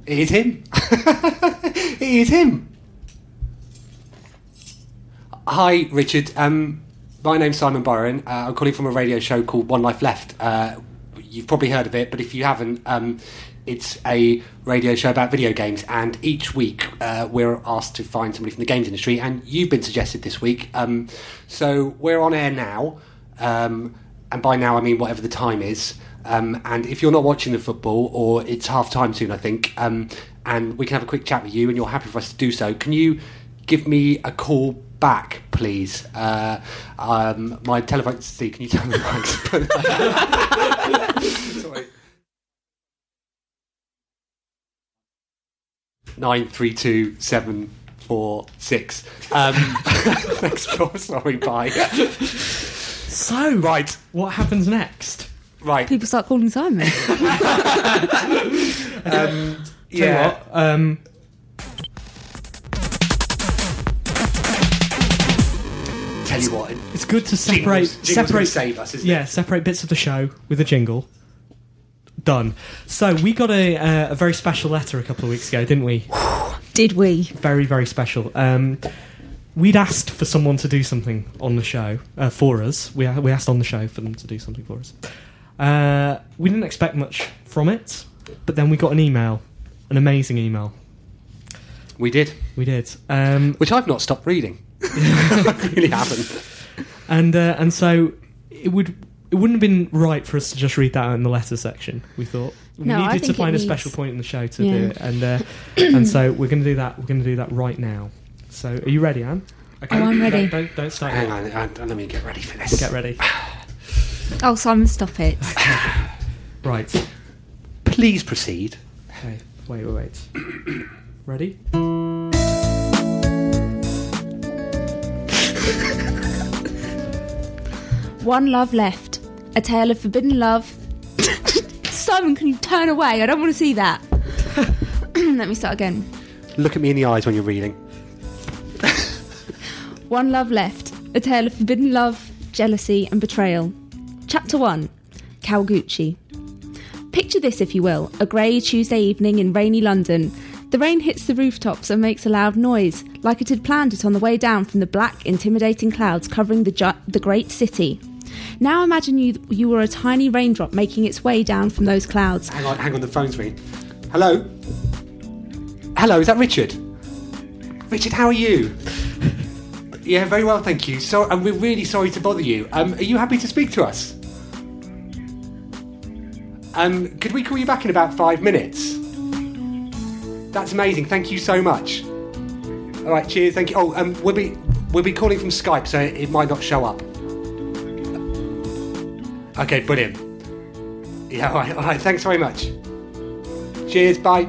[SPEAKER 2] It is him. it is him. Hi, Richard. Um, my name's Simon Byron. Uh, I'm calling from a radio show called One Life Left. Uh, you've probably heard of it, but if you haven't, um, it's a radio show about video games. And each week, uh, we're asked to find somebody from the games industry. And you've been suggested this week. Um, so we're on air now. Um, and by now, I mean whatever the time is. Um, and if you're not watching the football, or it's half time soon, I think, um, and we can have a quick chat with you, and you're happy for us to do so, can you give me a call back, please? Uh, um, my telephone. Steve, can you tell me? Sorry. Nine three two seven four six. Um, thanks for. Sorry, bye.
[SPEAKER 5] So
[SPEAKER 2] right,
[SPEAKER 5] what happens next?
[SPEAKER 2] Right,
[SPEAKER 4] People start calling Simon.
[SPEAKER 5] um,
[SPEAKER 2] yeah.
[SPEAKER 5] What, um,
[SPEAKER 2] Tell you what,
[SPEAKER 5] it's good to separate
[SPEAKER 2] Jingles- jingles gonna
[SPEAKER 5] separate
[SPEAKER 2] save us, isn't
[SPEAKER 5] yeah,
[SPEAKER 2] it?
[SPEAKER 5] separate bits of the show with a jingle. Done. So we got a uh, a very special letter a couple of weeks ago, didn't we?
[SPEAKER 4] Did we?
[SPEAKER 5] Very very special. Um, we'd asked for someone to do something on the show uh, for us. We we asked on the show for them to do something for us. Uh, we didn't expect much from it, but then we got an email, an amazing email.
[SPEAKER 2] We did.
[SPEAKER 5] We did. Um,
[SPEAKER 2] Which I've not stopped reading. really haven't.
[SPEAKER 5] And uh, and so it would it wouldn't have been right for us to just read that out in the letter section. We thought we
[SPEAKER 4] No, I
[SPEAKER 5] needed to
[SPEAKER 4] think it
[SPEAKER 5] find a
[SPEAKER 4] needs-
[SPEAKER 5] special point in the show to do
[SPEAKER 4] Yeah.
[SPEAKER 5] it, and uh, and so we're going to do that. We're going to do that right now. So are you ready, Anne?
[SPEAKER 4] Oh, I'm ready.
[SPEAKER 5] Don't, don't, don't start.
[SPEAKER 2] Hang
[SPEAKER 5] yet.
[SPEAKER 2] on, uh, let me get ready for this.
[SPEAKER 5] Get ready.
[SPEAKER 4] Oh, Simon, stop it.
[SPEAKER 5] Right.
[SPEAKER 2] Please proceed.
[SPEAKER 5] Okay. Wait, wait, wait. Ready?
[SPEAKER 4] One Love Left. A Tale of Forbidden Love. Simon, can you turn away? I don't want to see that. Let me start again.
[SPEAKER 2] Look at me in the eyes when you're reading.
[SPEAKER 4] One Love Left A Tale of Forbidden Love, Jealousy and Betrayal. Chapter 1 Kawaguchi. Picture this, if you will a grey Tuesday evening in rainy London. The rain hits the rooftops and makes a loud noise, like it had planned it on the way down from the black, intimidating clouds covering the, ju- the great city. Now imagine you, you were a tiny raindrop making its way down from those clouds.
[SPEAKER 2] Hang on, hang on, the phone's ringing. Hello? Hello, is that Richard? Richard, how are you? Yeah, very well, thank you. So, and we're really sorry to bother you. Um, are you happy to speak to us? Um, could we call you back in about five minutes? That's amazing. Thank you so much. All right, cheers. Thank you. Oh, um, we'll be we'll be calling from Skype, so it might not show up. Okay, brilliant. Yeah, all right, all right. Thanks very much. Cheers. Bye.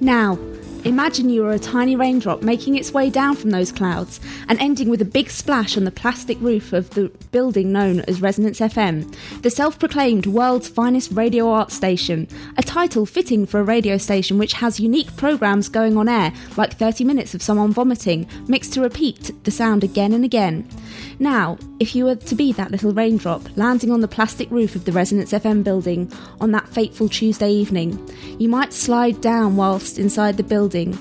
[SPEAKER 4] Now, imagine you are a tiny raindrop making its way down from those clouds and ending with a big splash on the plastic roof of the building known as Resonance FM, the self proclaimed world's finest radio art station, a title fitting for a radio station which has unique programmes going on air, like 30 minutes of someone vomiting, mixed to repeat the sound again and again. Now, if you were to be that little raindrop landing on the plastic roof of the Resonance FM building on that fateful Tuesday evening, you might slide down whilst inside the building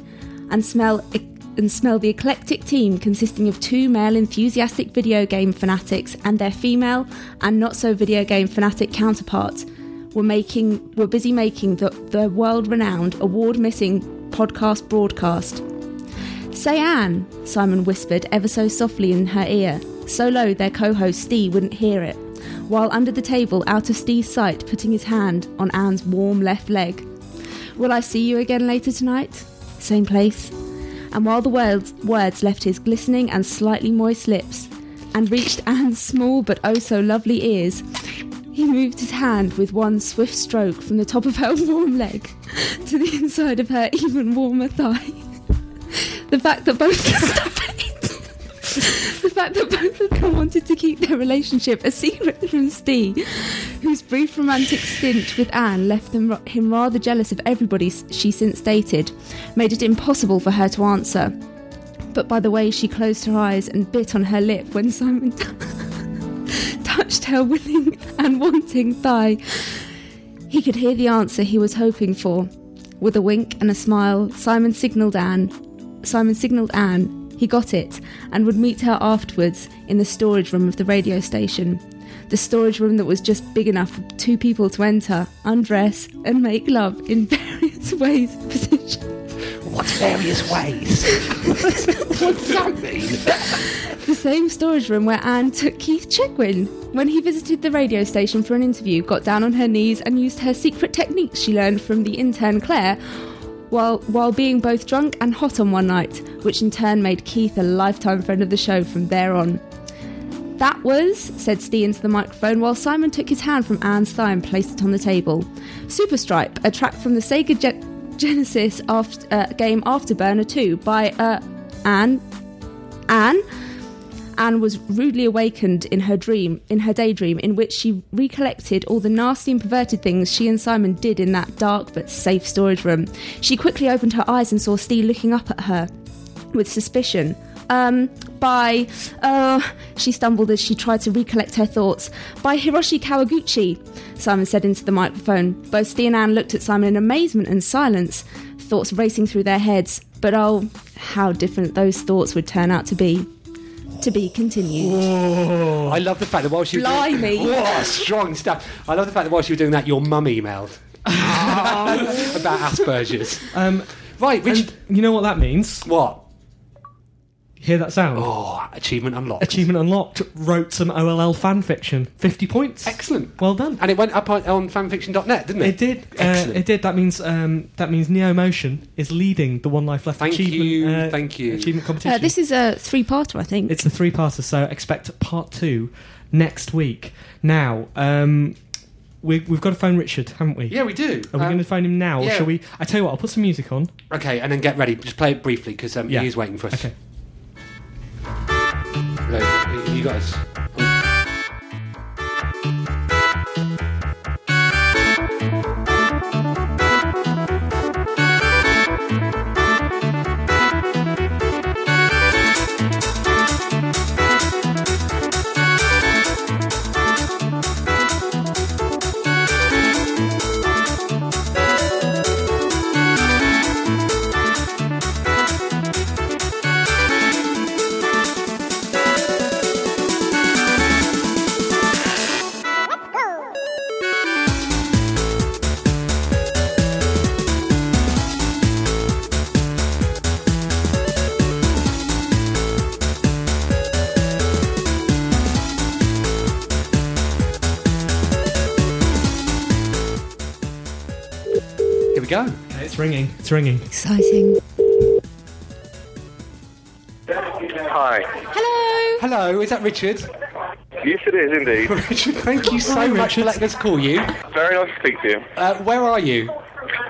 [SPEAKER 4] and smell e, and smell the eclectic team consisting of two male enthusiastic video game fanatics and their female and not so video game fanatic counterpart were making were busy making the, the world renowned award missing podcast broadcast. Say Anne, Simon whispered ever so softly in her ear, so low their co host Steve wouldn't hear it, while under the table, out of Steve's sight, putting his hand on Anne's warm left leg. Will I see you again later tonight? Same place. And while the words, words left his glistening and slightly moist lips and reached Anne's small but oh so lovely ears, He moved his hand with one swift stroke from the top of her warm leg to the inside of her even warmer thigh. The fact that both stop it. The fact that both of them wanted to keep their relationship a secret from Steve, whose brief romantic stint with Anne left them, him rather jealous of everybody she since dated, made it impossible for her to answer. But by the way she closed her eyes and bit on her lip when Simon touched her willing and wanting thigh. He could hear the answer he was hoping for. With a wink and a smile, Simon signalled Anne. Simon signalled Anne. He got it and would meet her afterwards in the storage room of the radio station. The storage room that was just big enough for two people to enter, undress, and make love in various ways.
[SPEAKER 8] What various ways? what does that mean?
[SPEAKER 4] the same storage room where Anne took Keith Chegwin when he visited the radio station for an interview, got down on her knees and used her secret techniques she learned from the intern Claire while, while being both drunk and hot on one night, which in turn made Keith a lifetime friend of the show from there on. That was, said Stee into the microphone while Simon took his hand from Anne's thigh and placed it on the table. Superstripe, a track from the Sega Gen- Genesis after, uh, game Afterburner 2 by uh, Anne. Anne? Anne was rudely awakened in her dream, in her daydream, in which she recollected all the nasty and perverted things she and Simon did in that dark but safe storage room. She quickly opened her eyes and saw Steve looking up at her with suspicion. Um, by, uh, she stumbled as she tried to recollect her thoughts. By Hiroshi Kawaguchi, Simon said into the microphone. Both Steve and Anne looked at Simon in amazement and silence, thoughts racing through their heads. But oh, how different those thoughts would turn out to be to be continued.
[SPEAKER 5] Oh.
[SPEAKER 2] I love the fact that while she was
[SPEAKER 4] Blimey.
[SPEAKER 2] doing, Whoa, strong stuff. I love the fact that while she was doing that, your mum emailed about Asperger's.
[SPEAKER 5] Um,
[SPEAKER 2] right, Richard.
[SPEAKER 5] You know what that means?
[SPEAKER 2] What?
[SPEAKER 5] Hear that sound?
[SPEAKER 2] Oh, achievement unlocked.
[SPEAKER 5] Achievement unlocked. Wrote some OLL fan fiction. Fifty points.
[SPEAKER 2] Excellent.
[SPEAKER 5] Well done.
[SPEAKER 2] And it went up on, on fanfiction.net, didn't it?
[SPEAKER 5] It did. Uh,
[SPEAKER 2] Excellent.
[SPEAKER 5] it did. That means um, that means Neo Motion is leading the One Life Left
[SPEAKER 2] Thank
[SPEAKER 5] achievement.
[SPEAKER 2] you,
[SPEAKER 5] uh,
[SPEAKER 2] thank you.
[SPEAKER 5] Achievement competition.
[SPEAKER 4] Uh, this is a three-parter, I think.
[SPEAKER 5] It's a three-parter, so expect part two next week. Now, um, we, we've got to phone Richard, haven't we?
[SPEAKER 2] Yeah, we do.
[SPEAKER 5] Are we
[SPEAKER 2] Um,
[SPEAKER 5] going to phone him now? Or
[SPEAKER 2] yeah.
[SPEAKER 5] shall we? I tell you what, I'll put some music on.
[SPEAKER 2] okay, and then get ready. Just play it briefly because um,
[SPEAKER 5] Yeah.
[SPEAKER 2] he is waiting for us.
[SPEAKER 5] Okay.
[SPEAKER 2] Hello, you guys. Here we go.
[SPEAKER 5] It's ringing. It's ringing.
[SPEAKER 4] Exciting.
[SPEAKER 7] Hi.
[SPEAKER 4] Hello.
[SPEAKER 2] Hello, is that Richard?
[SPEAKER 7] Yes, it is indeed.
[SPEAKER 2] Richard, thank you so
[SPEAKER 7] Hi,
[SPEAKER 2] much for
[SPEAKER 7] Richard.
[SPEAKER 2] letting us call you.
[SPEAKER 7] Very nice to speak to you.
[SPEAKER 2] Uh, where are you?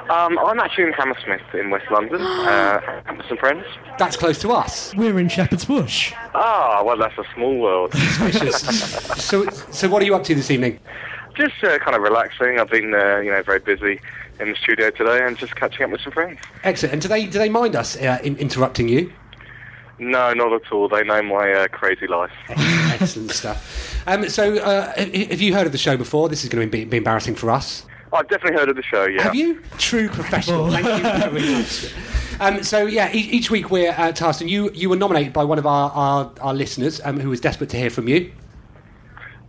[SPEAKER 7] Um, I'm actually in Hammersmith in West London uh, with some friends.
[SPEAKER 2] That's close to us.
[SPEAKER 5] We're in Shepherd's Bush.
[SPEAKER 7] Ah, well, that's a small world.
[SPEAKER 2] so, so what are you up to this evening?
[SPEAKER 7] just uh, kind of relaxing. I've been, uh, you know, very busy in the studio today and just catching up with some friends.
[SPEAKER 2] Excellent. And do they do they mind us uh, in- interrupting you?
[SPEAKER 7] No, not at all. They know my uh, crazy life.
[SPEAKER 2] Excellent stuff. Um, so, uh, h- h- have you heard of the show before? This is going to be, be embarrassing for us.
[SPEAKER 7] I've uh, definitely heard of the show, yeah.
[SPEAKER 2] Have you? True professional. Thank you very much. Um, so yeah, each, each week we're uh, tasked, and you you were nominated by one of our our, our listeners um, who was desperate to hear from you.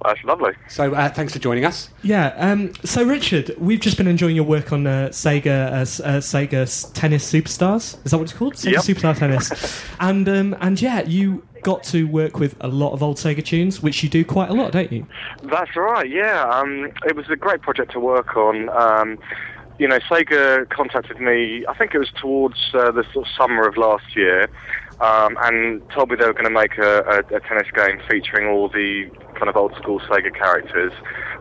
[SPEAKER 7] That's lovely.
[SPEAKER 2] So uh, thanks for joining us.
[SPEAKER 5] Yeah. Um, so Richard, we've just been enjoying your work on uh, Sega uh, S- uh, Sega S- Tennis Superstars. Is that what it's called? Sega
[SPEAKER 7] Yep.
[SPEAKER 5] Superstar Tennis. and um, and yeah, you got to work with a lot of old Sega tunes, which you do quite a lot, don't you?
[SPEAKER 7] That's right, yeah. Um, it was a great project to work on. Um, you know, Sega contacted me, I think it was towards uh, the sort of summer of last year, um, and told me they were going to make a, a, a tennis game featuring all the kind of old school Sega characters.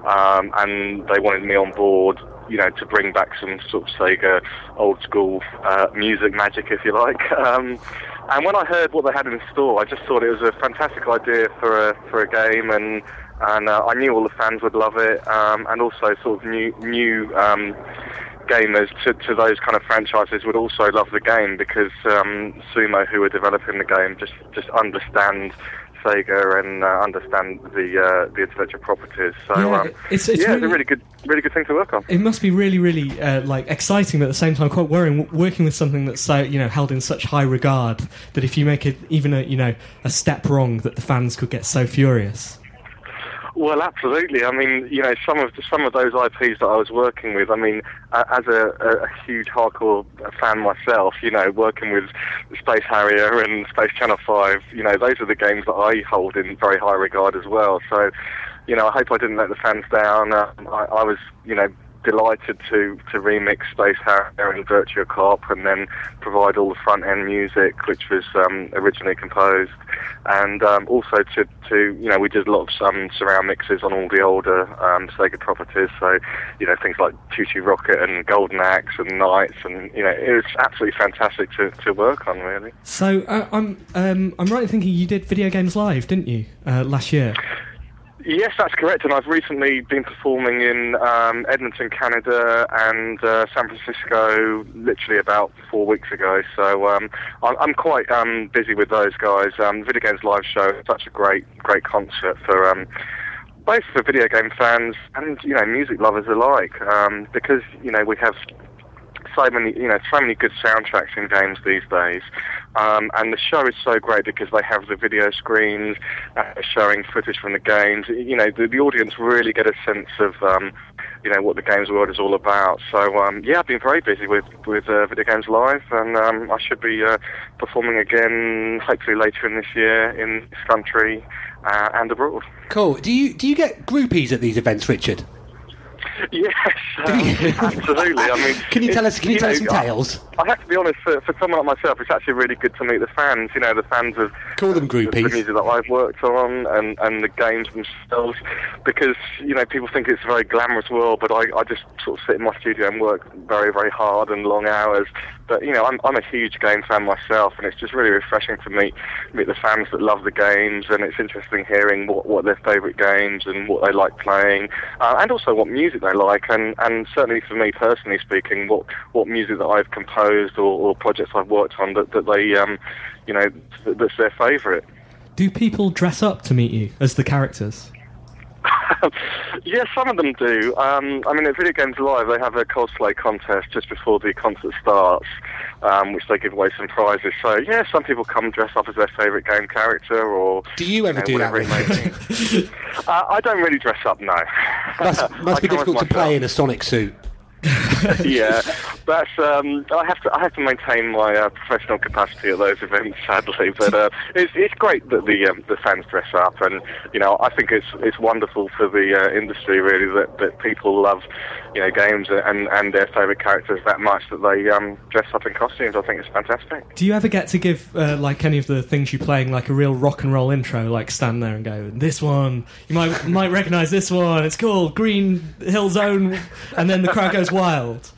[SPEAKER 7] um, and they wanted me on board. You know, to bring back some sort of Sega old school uh, music magic, if you like. Um, and when I heard what they had in store, I just thought it was a fantastic idea for a for a game, and and uh, I knew all the fans would love it, um, and also sort of new new um, gamers to, to those kind of franchises would also love the game because um, Sumo, who are developing the game, just just understand Sega and uh, understand the uh, the intellectual properties. So
[SPEAKER 5] Yeah,
[SPEAKER 7] um,
[SPEAKER 5] it's- it's
[SPEAKER 7] yeah, a
[SPEAKER 5] really-
[SPEAKER 7] really good really good thing to work on.
[SPEAKER 5] It must be really, really uh, like exciting, but at the same time quite worrying. w- Working with something that's so you know held in such high regard that if you make it even a you know a step wrong, that the fans could get so furious.
[SPEAKER 7] Well, absolutely. I mean, you know, some of some of those IPs that I was working with. I mean, a- as a, a, a huge hardcore fan myself, you know, working with Space Harrier and Space Channel Five, you know, those are the games that I hold in very high regard as well. So, you know, I hope I didn't let the fans down. Uh, I, I was, you know. Delighted to, to remix Space Harrier and Virtua Cop and then provide all the front end music, which was um, originally composed and um, also to, to you know we did a lot of um, surround mixes on all the older um, Sega properties. So you know things like Tutu Rocket and Golden Axe and Knights, and you know it was absolutely fantastic to, to work on really.
[SPEAKER 5] So uh, I'm um, I'm right in thinking you did video games live, didn't you, uh, last year?
[SPEAKER 7] Yes, that's correct. And I've recently been performing in um, Edmonton, Canada, and uh, San Francisco, literally about four weeks ago. So um, I'm, I'm quite um, busy with those guys. Um, Video Games Live Show is such a great, great concert for um, both for video game fans and you know music lovers alike, um, because you know we have so many you know so many good soundtracks in games these days um, and the show is so great because they have the video screens uh, showing footage from the games you know the, the audience really get a sense of um, you know what the games world is all about so um, yeah I've been very busy with with uh, video games live and um, I should be uh, performing again hopefully later in this year in this country uh, and abroad
[SPEAKER 2] Cool. Do you do you get groupies at these events, Richard?
[SPEAKER 7] Yes, um, absolutely. I mean,
[SPEAKER 2] Can you
[SPEAKER 7] it's-
[SPEAKER 2] tell us- can you tell us some
[SPEAKER 7] I-
[SPEAKER 2] tales?
[SPEAKER 7] I, have to be honest. For, for someone like myself, it's actually really good to meet the fans. You know, the fans of
[SPEAKER 2] Call them
[SPEAKER 7] the
[SPEAKER 2] groupies.
[SPEAKER 7] music that I've worked on and and the games themselves, because you know people think it's a very glamorous world, but I, I just sort of sit in my studio and work very very hard and long hours. But you know, I'm I'm a huge game fan myself, and it's just really refreshing to meet meet the fans that love the games, and it's interesting hearing what what their favourite games and what they like playing, uh, and also what music they like, and and certainly for me personally speaking, what what music that I've composed or, or projects I've worked on that that they um, you know that, that's their favourite.
[SPEAKER 5] Do people dress up to meet you as the characters?
[SPEAKER 7] yeah, some of them do. Um, I mean, at Video Games Live, they have a cosplay contest just before the concert starts, um, which they give away some prizes. So, yeah, some people come dress up as their favourite game character or.
[SPEAKER 2] Do you ever
[SPEAKER 7] know,
[SPEAKER 2] do that,
[SPEAKER 7] whatever it may be. uh, I don't really dress up, no.
[SPEAKER 2] Must, must be
[SPEAKER 7] I come as
[SPEAKER 2] difficult to
[SPEAKER 7] myself
[SPEAKER 2] play in a Sonic suit.
[SPEAKER 7] yeah, that's. Um, I have to. I have to maintain my uh, professional capacity at those events, sadly. But uh, it's it's great that the um, the fans dress up, and you know, I think it's it's wonderful for the uh, industry really that, that people love, you know, games and and their favourite characters that much that they um, dress up in costumes. I think it's fantastic.
[SPEAKER 5] Do you ever get to give uh, like any of the things you're playing like a real rock and roll intro? Like stand there and go, this one you might might recognise this one. It's called Green Hill Zone, and then the crowd goes wild.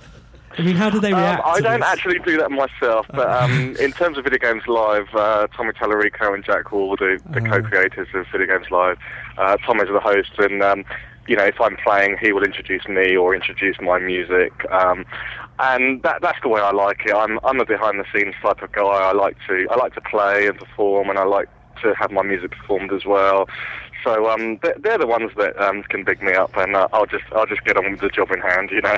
[SPEAKER 5] I mean, how do they react?
[SPEAKER 7] Um, I
[SPEAKER 5] to
[SPEAKER 7] don't
[SPEAKER 5] this?
[SPEAKER 7] actually do that myself, but um, in terms of Video Games Live, uh, Tommy Tallarico and Jack Hall, the, the
[SPEAKER 5] Ah.
[SPEAKER 7] co-creators of Video Games Live, uh, Tom is the host, and um, you know if I'm playing, he will introduce me or introduce my music, um, and that, that's the way I like it. I'm I'm a behind-the-scenes type of guy. I like to I like to play and perform, and I like to have my music performed as well. So um, they're, they're the ones that um, can big me up, and uh, I'll just I'll just get on with the job in hand, you know.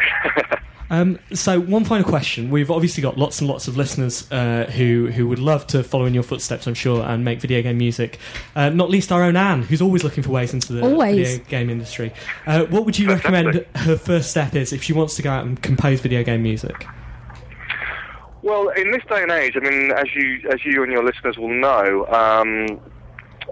[SPEAKER 5] Um, so, one final question. We've obviously got lots and lots of listeners uh, who who would love to follow in your footsteps, I'm sure, and make video game music. Uh, not least our own Anne, who's always looking for ways into the
[SPEAKER 11] Always.
[SPEAKER 5] video game industry. Uh, what would you recommend her first step is if she wants to go out and compose video game music?
[SPEAKER 7] Well, in this day and age, I mean, as you as you and your listeners will know, um,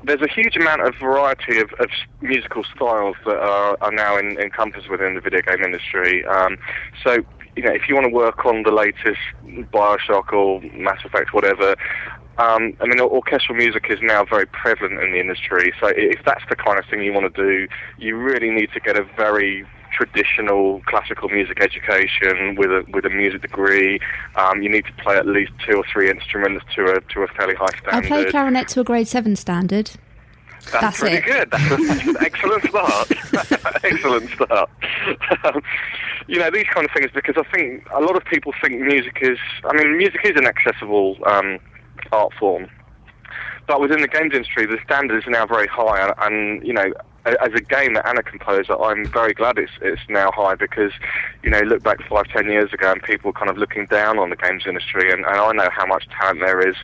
[SPEAKER 7] there's a huge amount of variety of, of s- musical styles that are, are now in, encompassed within the video game industry. Um, so you know, if you want to work on the latest Bioshock or Mass Effect, whatever, um, I mean, or- orchestral music is now very prevalent in the industry. So i- if that's the kind of thing you want to do, you really need to get a very traditional classical music education with a with a music degree. Um, you need to play at least two or three instruments to a to a fairly high
[SPEAKER 4] I
[SPEAKER 7] standard.
[SPEAKER 4] play clarinet to a grade seven standard. That's
[SPEAKER 7] That's, pretty
[SPEAKER 4] it.
[SPEAKER 7] good. That's, that's an excellent start. excellent start. Um, you know, these kind of things, because I think a lot of people think music is, I mean, music is an accessible um, art form. But within the games industry, the standard is now very high. And, and you know, a- as a gamer and a composer, I'm very glad it's, it's now high because, you know, look back five, ten years ago and people were kind of looking down on the games industry. And, and I know how much talent there is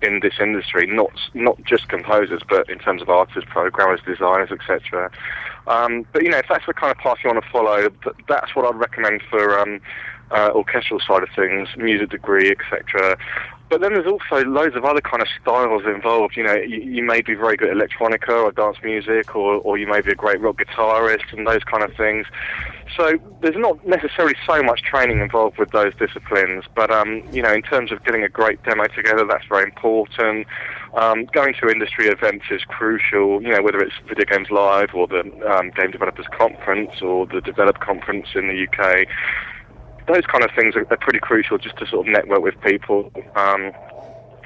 [SPEAKER 7] in this industry, not not just composers, but in terms of artists, programmers, designers, etc. Um, but you know, if that's the kind of path you want to follow, th- that's what I'd recommend for um, uh, orchestral side of things, music degree, etc. But then there's also loads of other kind of styles involved. You know, you, you may be very good at electronica or dance music, or, or you may be a great rock guitarist and those kind of things. So there's not necessarily so much training involved with those disciplines, but um, you know, in terms of getting a great demo together, that's very important. Um, going to industry events is crucial. You know, whether it's Video Games Live or the um, Game Developers Conference or the Develop Conference in the UK, those kind of things are, are pretty crucial just to sort of network with people. Um,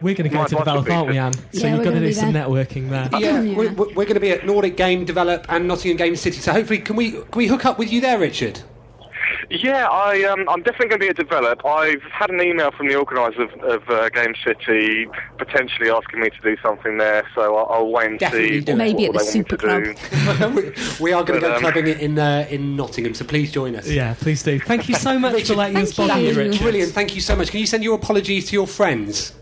[SPEAKER 5] We're going to go
[SPEAKER 7] My
[SPEAKER 5] to
[SPEAKER 7] boss would
[SPEAKER 5] develop,
[SPEAKER 7] be
[SPEAKER 5] aren't we, Anne?
[SPEAKER 7] good.
[SPEAKER 5] So
[SPEAKER 7] Yeah,
[SPEAKER 5] you've
[SPEAKER 7] we're
[SPEAKER 5] got to
[SPEAKER 7] gonna
[SPEAKER 5] do
[SPEAKER 7] be
[SPEAKER 5] some
[SPEAKER 7] there.
[SPEAKER 5] networking there.
[SPEAKER 2] Yeah, we're, we're going to be at Nordic Game Develop and Nottingham Game City. So hopefully, can we can we hook up with you there, Richard?
[SPEAKER 7] Yeah, I, um, I'm definitely going to be a develop. I've had an email from the organiser of, of uh, Game City potentially asking me to do something there, so I'll, I'll wait and
[SPEAKER 2] Definitely
[SPEAKER 7] see.
[SPEAKER 2] do it. Maybe
[SPEAKER 7] what
[SPEAKER 2] at the
[SPEAKER 7] they want me to
[SPEAKER 2] Superclub.
[SPEAKER 7] do.
[SPEAKER 2] We are going to
[SPEAKER 7] But,
[SPEAKER 2] go
[SPEAKER 7] um,
[SPEAKER 2] clubbing in uh, in Nottingham, so please join us.
[SPEAKER 5] Yeah, please do. Thank you so much for letting us bother
[SPEAKER 2] That
[SPEAKER 5] you,
[SPEAKER 2] was
[SPEAKER 5] Richard.
[SPEAKER 2] Brilliant. Thank you so much. Can you send your apologies to your friends?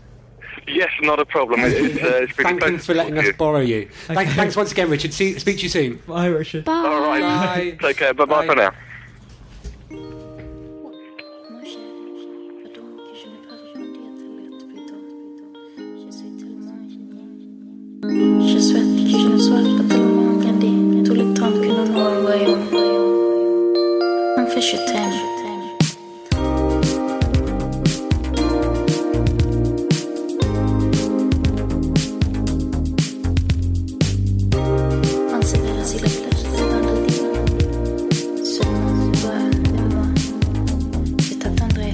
[SPEAKER 7] Yes, not a problem. It- It's, uh, it's pretty
[SPEAKER 2] Thank them for letting us borrow you. Thank, thanks once again, Richard. See, speak to you soon.
[SPEAKER 5] Bye, Richard.
[SPEAKER 7] All right. Take care. Bye bye for now.
[SPEAKER 11] Je souhaite, je souhaite pas tellement regarder tous les temps que nous nous envoyons. En fait, je t'aime. On se verra sur la plage, c'est dans le divan. Seulement toi et moi. Je t'attendrai.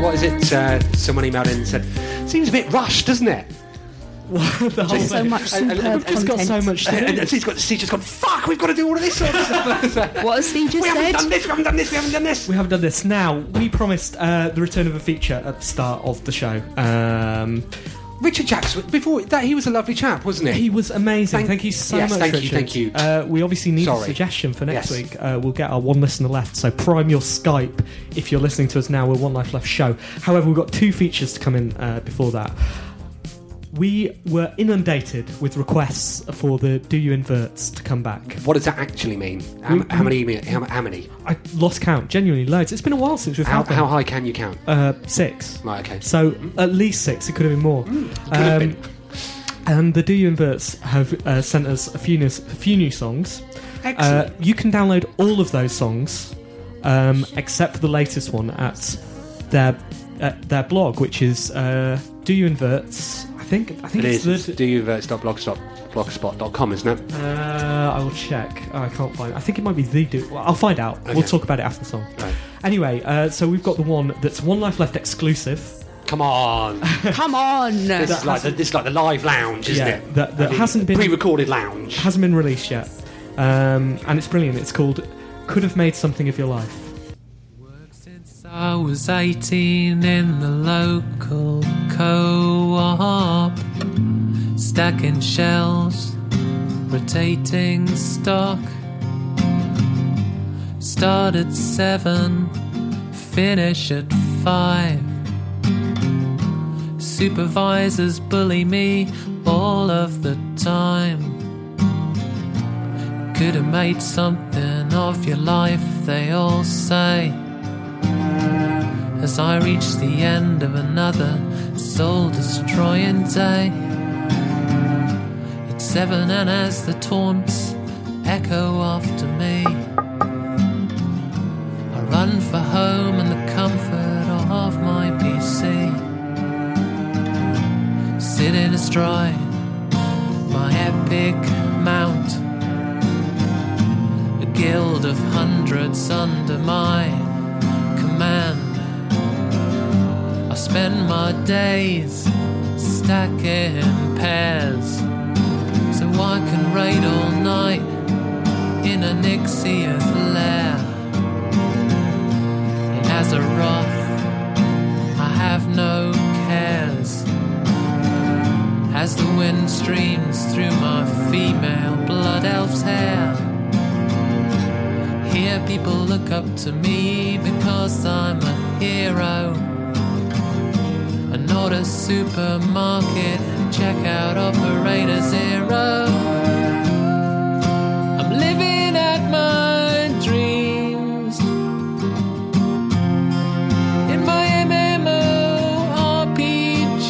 [SPEAKER 2] What is it? Uh, someone emailed in and said, "Seems a bit rushed, doesn't it?"
[SPEAKER 5] the whole So thing. much superb
[SPEAKER 2] it's got so
[SPEAKER 5] content.
[SPEAKER 2] much.
[SPEAKER 5] to do.
[SPEAKER 2] And, and she's got, she's just gone. Fuck! We've got to do all of this. Sort of stuff.
[SPEAKER 4] what has Steve just
[SPEAKER 2] we haven't
[SPEAKER 4] said?
[SPEAKER 2] done this. We haven't done this. We haven't done this.
[SPEAKER 5] We haven't done this. Now, we promised uh, the return of a feature at the start of the show. Um,
[SPEAKER 2] Richard Jackson, before that, he was a lovely chap, wasn't he?
[SPEAKER 5] He was amazing. Thank, you so
[SPEAKER 2] yes,
[SPEAKER 5] much,
[SPEAKER 2] thank you,
[SPEAKER 5] Richard.
[SPEAKER 2] thank you.
[SPEAKER 5] Uh, we obviously need a
[SPEAKER 2] Sorry.
[SPEAKER 5] suggestion for next
[SPEAKER 2] Yes.
[SPEAKER 5] week. Uh, we'll get our one listener left, so prime your Skype if you're listening to us now. We're One Life Left show. However, we've got two features to come in uh, before that. We were inundated with requests for the Do You Inverts to come back.
[SPEAKER 2] What does that actually mean? How,
[SPEAKER 5] We-
[SPEAKER 2] how many? email- How, how many?
[SPEAKER 5] I lost count, genuinely loads. It's been a while since we've
[SPEAKER 2] How,
[SPEAKER 5] had them.
[SPEAKER 2] how high can you count?
[SPEAKER 5] Uh, six.
[SPEAKER 2] Right. Okay.
[SPEAKER 5] So at least six. It could have been more.
[SPEAKER 2] Mm,
[SPEAKER 5] Um,
[SPEAKER 2] could have been.
[SPEAKER 5] And the Do You Inverts have uh, sent us a few new, a few new songs.
[SPEAKER 2] Excellent.
[SPEAKER 5] Uh, you can download all of those songs, um, except for the latest one, at their at their blog, which is uh, Do You Inverts. I think I think
[SPEAKER 2] it
[SPEAKER 5] it's
[SPEAKER 2] is. uh,
[SPEAKER 5] the
[SPEAKER 2] It's doyouverts.blogspot.com, isn't it?
[SPEAKER 5] uh, I will check. Oh, I can't find. I think it might be the do. Well, I'll find out. We'll
[SPEAKER 2] Okay.
[SPEAKER 5] talk about it after the song.
[SPEAKER 2] Right.
[SPEAKER 5] Anyway, uh, so we've got the one that's One Life Left exclusive.
[SPEAKER 2] Come on.
[SPEAKER 4] Come on.
[SPEAKER 2] this, is like the, this is like the live lounge, isn't
[SPEAKER 5] Yeah,
[SPEAKER 2] it?
[SPEAKER 5] that- that
[SPEAKER 2] The
[SPEAKER 5] hasn't been-
[SPEAKER 2] pre-recorded lounge.
[SPEAKER 5] hasn't been released yet, um, and it's brilliant. It's called "Could Have Made Something of Your Life."
[SPEAKER 9] I was 18 in the local co op, stacking shells, rotating stock. Start at seven, finish at five. Supervisors bully me all of the time. Could have made something of your life, they all say. As I reach the end of another soul destroying day, it's
[SPEAKER 12] seven, and as the taunts echo after me, I run for home and the comfort of my PC. Sitting astride my epic mount, a guild of hundreds under my command. I spend my days stacking pairs so I can raid all night in a Nixia's lair. And as a wrath, I have no cares. As the wind streams through my female blood elf's hair, here people look up to me because I'm a hero and not a supermarket checkout operator zero. I'm living out my dreams in my MMORPG.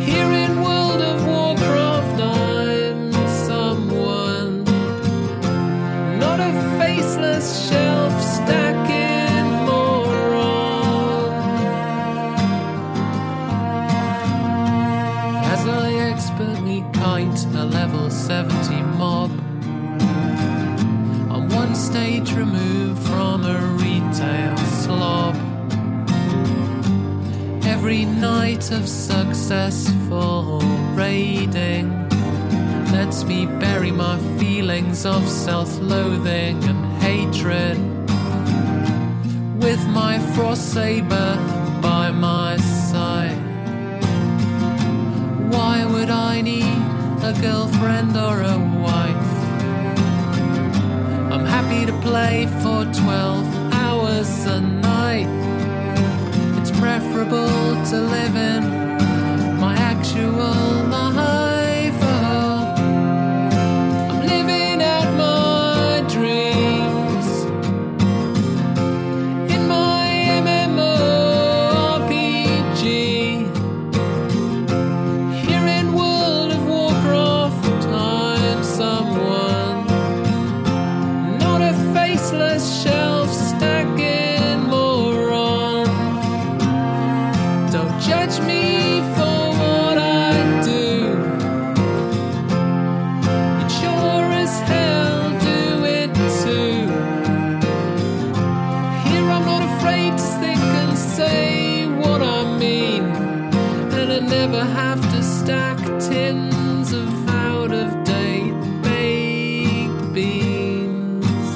[SPEAKER 12] Here in World of Warcraft, I'm someone, not a faceless shelf stacking moron. As I expertly kite a level 70 mob, I'm one stage removed from a retail slob. Every night of successful raiding lets me bury my feelings of self loathing and hatred with my frost saber by my side. Why would I need a girlfriend or a wife? I'm happy to play for 12 hours a night. It's preferable to live in my actual life. Oh, I'm living out my dreams in my MMORPG. Here in World of Warcraft, I'm someone, not a faceless shelf stacking moron. Don't judge me for what I do. It sure as hell do it too. Here I'm not afraid to think and say what I mean. And I never have to stack tins of out of date baked beans.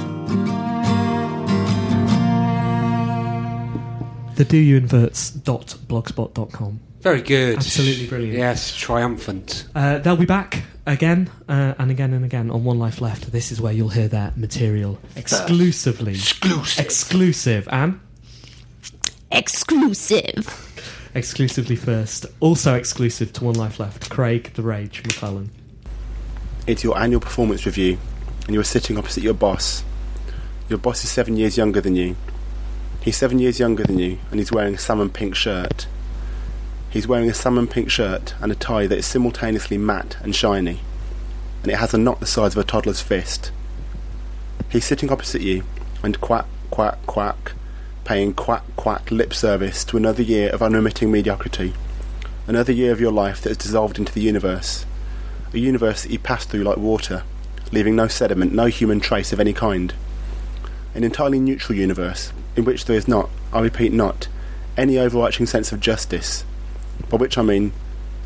[SPEAKER 5] The do you inverts dot blogspot.com.
[SPEAKER 2] Very good.
[SPEAKER 5] Absolutely brilliant.
[SPEAKER 2] Yes, triumphant.
[SPEAKER 5] Uh, they'll be back again uh, and again and again on One Life Left. This is where you'll hear their material exclusively. Exclusive. Exclusive. And
[SPEAKER 4] Exclusive.
[SPEAKER 5] exclusively first. Also exclusive to One Life Left, Craig the Rage McClellan.
[SPEAKER 13] It's your annual performance review, and you're sitting opposite your boss. Your boss is seven years younger than you. He's seven years younger than you, and he's wearing a salmon pink shirt. He's wearing a salmon pink shirt and a tie that is simultaneously matte and shiny, and it has a knot the size of a toddler's fist. He's sitting opposite you, and quack, quack, quack, paying quack, quack lip service to another year of unremitting mediocrity, another year of your life that has dissolved into the universe a universe that you pass through like water, leaving no sediment, no human trace of any kind. An entirely neutral universe, in which there is not, I repeat, not, any overarching sense of justice. By which I mean,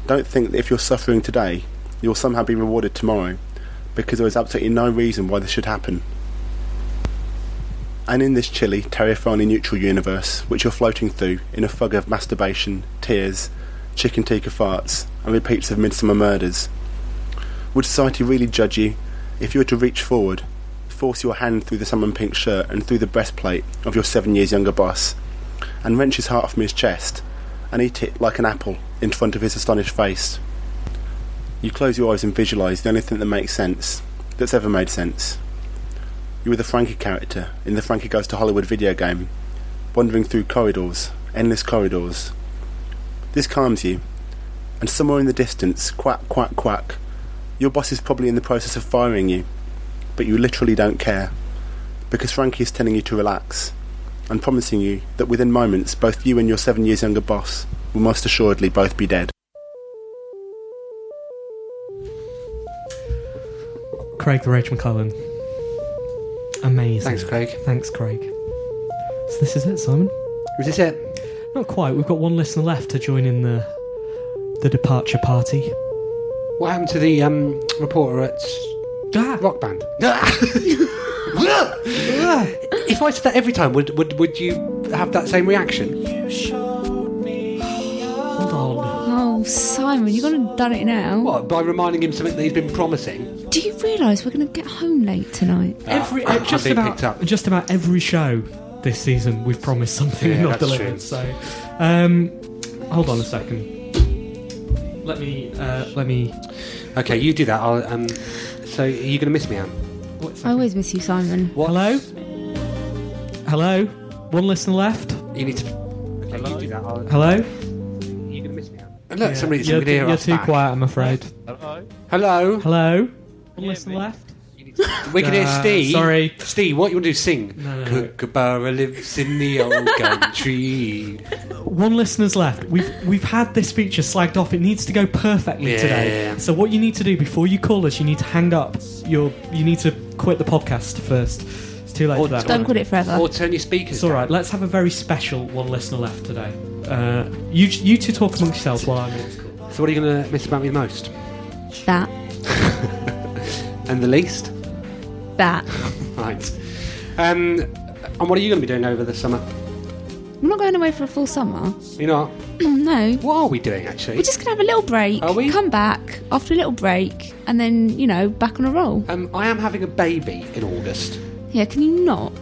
[SPEAKER 13] don't think that if you're suffering today, you'll somehow be rewarded tomorrow, because there is absolutely no reason why this should happen. And in this chilly, terrifyingly neutral universe, which you're floating through in a fog of masturbation, tears, chicken tikka farts, and repeats of midsummer murders, would society really judge you if you were to reach forward, force your hand through the salmon pink shirt and through the breastplate of your seven years younger boss, and wrench his heart from his chest and eat it like an apple in front of his astonished face? You close your eyes and visualise the only thing that makes sense, that's ever made sense. You were the Frankie character in the Frankie Goes to Hollywood video game, wandering through corridors, endless corridors. This calms you and somewhere in the distance, quack, quack, quack, your boss is probably in the process of firing you, but you literally don't care because Frankie is telling you to relax and promising you that within moments, both you and your seven years younger boss will most assuredly both be dead.
[SPEAKER 5] Craig the Rage McCullen. Amazing.
[SPEAKER 2] Thanks, Craig.
[SPEAKER 5] Thanks, Craig. So this is it, Simon.
[SPEAKER 2] Is this it?
[SPEAKER 5] Not quite. We've got one listener left to join in the the departure party.
[SPEAKER 2] What happened to the um, reporter at
[SPEAKER 5] Ah!
[SPEAKER 2] Rock Band? if I said that every time, would, would, would you have that same reaction?
[SPEAKER 5] Hold on.
[SPEAKER 2] Ah,
[SPEAKER 4] Oh, Simon, you're going to have done it now.
[SPEAKER 2] What, by reminding him something that he's been promising?
[SPEAKER 4] Do you realise we're going to get home late tonight?
[SPEAKER 5] Every uh,
[SPEAKER 2] I've
[SPEAKER 5] just
[SPEAKER 2] been
[SPEAKER 5] about
[SPEAKER 2] picked up.
[SPEAKER 5] just about every show this season, we've promised something
[SPEAKER 2] Yeah,
[SPEAKER 5] and not
[SPEAKER 2] that's
[SPEAKER 5] delivered.
[SPEAKER 2] true.
[SPEAKER 5] So, um, hold on a second. Let me. Uh, let me.
[SPEAKER 2] Okay, you do that. I'll, um, so are you going to miss me, Anne?
[SPEAKER 4] I always miss you, Simon.
[SPEAKER 5] Hello? Hello? One listener left?
[SPEAKER 2] You need to. Okay, you do that. I'll,
[SPEAKER 5] Hello?
[SPEAKER 2] Are you going to miss me, Anne? And look, somebody
[SPEAKER 5] you're,
[SPEAKER 2] can hear
[SPEAKER 5] you're
[SPEAKER 2] us
[SPEAKER 5] too
[SPEAKER 2] back.
[SPEAKER 5] quiet, I'm afraid.
[SPEAKER 2] Hello. Hello.
[SPEAKER 5] Hello? One listener left?
[SPEAKER 2] We can hear
[SPEAKER 5] Uh,
[SPEAKER 2] Steve.
[SPEAKER 5] sorry.
[SPEAKER 2] Steve, what you want to do? Sing.
[SPEAKER 5] No, no, no.
[SPEAKER 2] Kookaburra lives in the old country.
[SPEAKER 5] One listener's left. We've we've had this feature slagged off. It needs to go perfectly
[SPEAKER 2] Yeah.
[SPEAKER 5] today. So what you need to do before you call us, you need to hang up. Your you need to quit the podcast first. It's too late for that.
[SPEAKER 4] Don't quit it forever.
[SPEAKER 2] Or turn your speakers.
[SPEAKER 5] It's all right. Let's have a very special one listener left today. Uh, you you two talk amongst yourselves while I'm in this call.
[SPEAKER 2] So what are you going to miss about me the most?
[SPEAKER 4] That.
[SPEAKER 2] And the least?
[SPEAKER 4] That.
[SPEAKER 2] Right. Um, and what are you going to be doing over the summer?
[SPEAKER 4] We're not going away for a full summer.
[SPEAKER 2] You know,
[SPEAKER 4] no.
[SPEAKER 2] what are we doing actually?
[SPEAKER 4] We're just going to have a little break.
[SPEAKER 2] Are we?
[SPEAKER 4] Come back after a little break and then, you know, back on a roll.
[SPEAKER 2] Um, I am having a baby in August.
[SPEAKER 4] Yeah, can you not?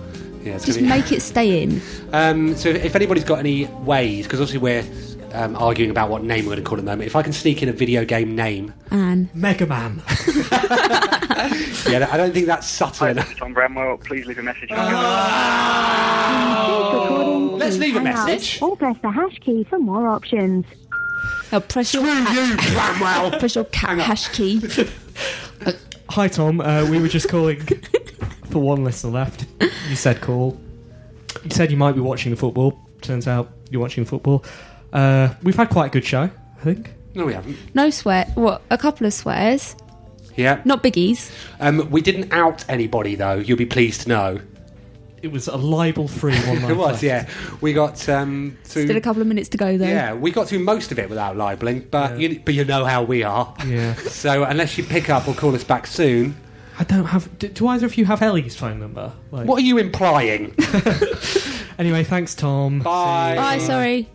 [SPEAKER 2] Yeah, it's
[SPEAKER 4] Just
[SPEAKER 2] gonna be-
[SPEAKER 4] make it stay in.
[SPEAKER 2] Um, so if, if anybody's got any ways, because obviously we're um, arguing about what name we're going to call it at the moment. If I can sneak in a video game name,
[SPEAKER 4] Anne.
[SPEAKER 5] Mega Man.
[SPEAKER 2] yeah, I don't think that's subtle enough.
[SPEAKER 14] Tom Bramwell, please leave a message.
[SPEAKER 2] Let's leave a message.
[SPEAKER 3] Or press the hash key for more options.
[SPEAKER 4] Now press your
[SPEAKER 2] cat.
[SPEAKER 4] press your cat hash key.
[SPEAKER 5] Hi Tom. Uh, we were just calling for one listener left. You said call. You said you might be watching the football. Turns out you're watching football. Uh, we've had quite a good show, I think.
[SPEAKER 2] No, we haven't.
[SPEAKER 4] No sweat. What? A couple of swears.
[SPEAKER 2] Yeah.
[SPEAKER 4] Not biggies.
[SPEAKER 2] Um, we didn't out anybody though. You'll be pleased to know.
[SPEAKER 5] It was a libel-free one.
[SPEAKER 2] it was, yeah. We got um, through.
[SPEAKER 4] Still a couple of minutes to go though.
[SPEAKER 2] yeah, we got through most of it without libeling, but you, but you know how we are.
[SPEAKER 5] Yeah.
[SPEAKER 2] So unless you pick up or call us back soon,
[SPEAKER 5] I don't have. Do, do either of you have Ellie's phone number? Like,
[SPEAKER 2] what are you implying?
[SPEAKER 5] Anyway, thanks, Tom.
[SPEAKER 2] Bye.
[SPEAKER 4] Bye. Sorry.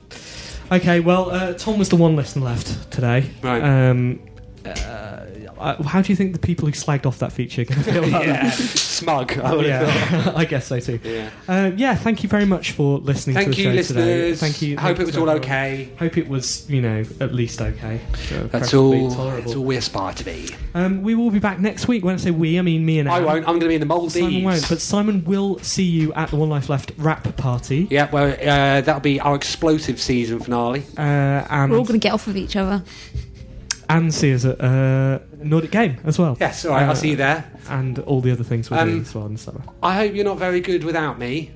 [SPEAKER 5] Okay, well, uh, Tom was the one listener left today.
[SPEAKER 2] Right.
[SPEAKER 5] Um, uh, I- how do you think the people who slagged off that feature are going to feel about
[SPEAKER 2] yeah.
[SPEAKER 5] that?
[SPEAKER 2] Smug. I would have thought.
[SPEAKER 5] yeah, I guess so too.
[SPEAKER 2] Yeah.
[SPEAKER 5] Um, yeah, thank you very much for listening
[SPEAKER 2] Thank
[SPEAKER 5] to the
[SPEAKER 2] you,
[SPEAKER 5] show today.
[SPEAKER 2] listeners.
[SPEAKER 5] Thank you.
[SPEAKER 2] Hope
[SPEAKER 5] thanks
[SPEAKER 2] it was
[SPEAKER 5] to
[SPEAKER 2] all
[SPEAKER 5] everyone.
[SPEAKER 2] okay.
[SPEAKER 5] Hope it was, you know, at least okay. Uh,
[SPEAKER 2] That's
[SPEAKER 5] preferably
[SPEAKER 2] all.
[SPEAKER 5] tolerable.
[SPEAKER 2] That's all we aspire to be.
[SPEAKER 5] Um, we will be back next week. When I say we, I mean me and
[SPEAKER 2] I
[SPEAKER 5] Anne.
[SPEAKER 2] won't. I'm going to be in the
[SPEAKER 5] Simon won't,
[SPEAKER 2] Maldives.
[SPEAKER 5] but Simon will see you at the One Life Left rap party.
[SPEAKER 2] Yeah, well, uh, that'll be our explosive season finale.
[SPEAKER 5] Uh, and
[SPEAKER 4] We're all going to get off of each other.
[SPEAKER 5] and see us at uh, Nordic Game as well.
[SPEAKER 2] Yes, all right,
[SPEAKER 5] Uh,
[SPEAKER 2] I'll see you there.
[SPEAKER 5] And all the other things we're
[SPEAKER 2] Um,
[SPEAKER 5] doing as well in the summer.
[SPEAKER 2] I hope you're not very good without me.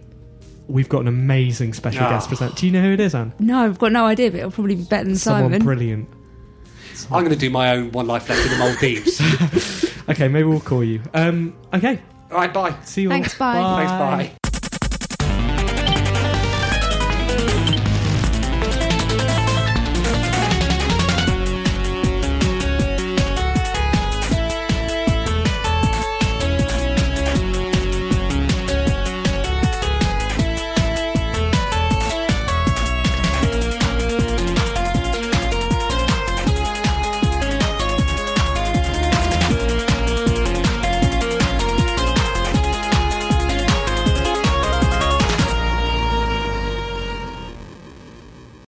[SPEAKER 5] We've got an amazing special
[SPEAKER 2] Ah.
[SPEAKER 5] guest present. Do you know who it is, Anne?
[SPEAKER 4] No, I've got no idea, but it'll probably be better than
[SPEAKER 5] Someone
[SPEAKER 4] Simon.
[SPEAKER 5] brilliant.
[SPEAKER 2] I'm going to do my own one life left in the Maldives.
[SPEAKER 5] Okay, maybe we'll call you. Um, okay,
[SPEAKER 2] all right, bye.
[SPEAKER 5] see you. all.
[SPEAKER 4] Thanks, bye.
[SPEAKER 2] Thanks, bye.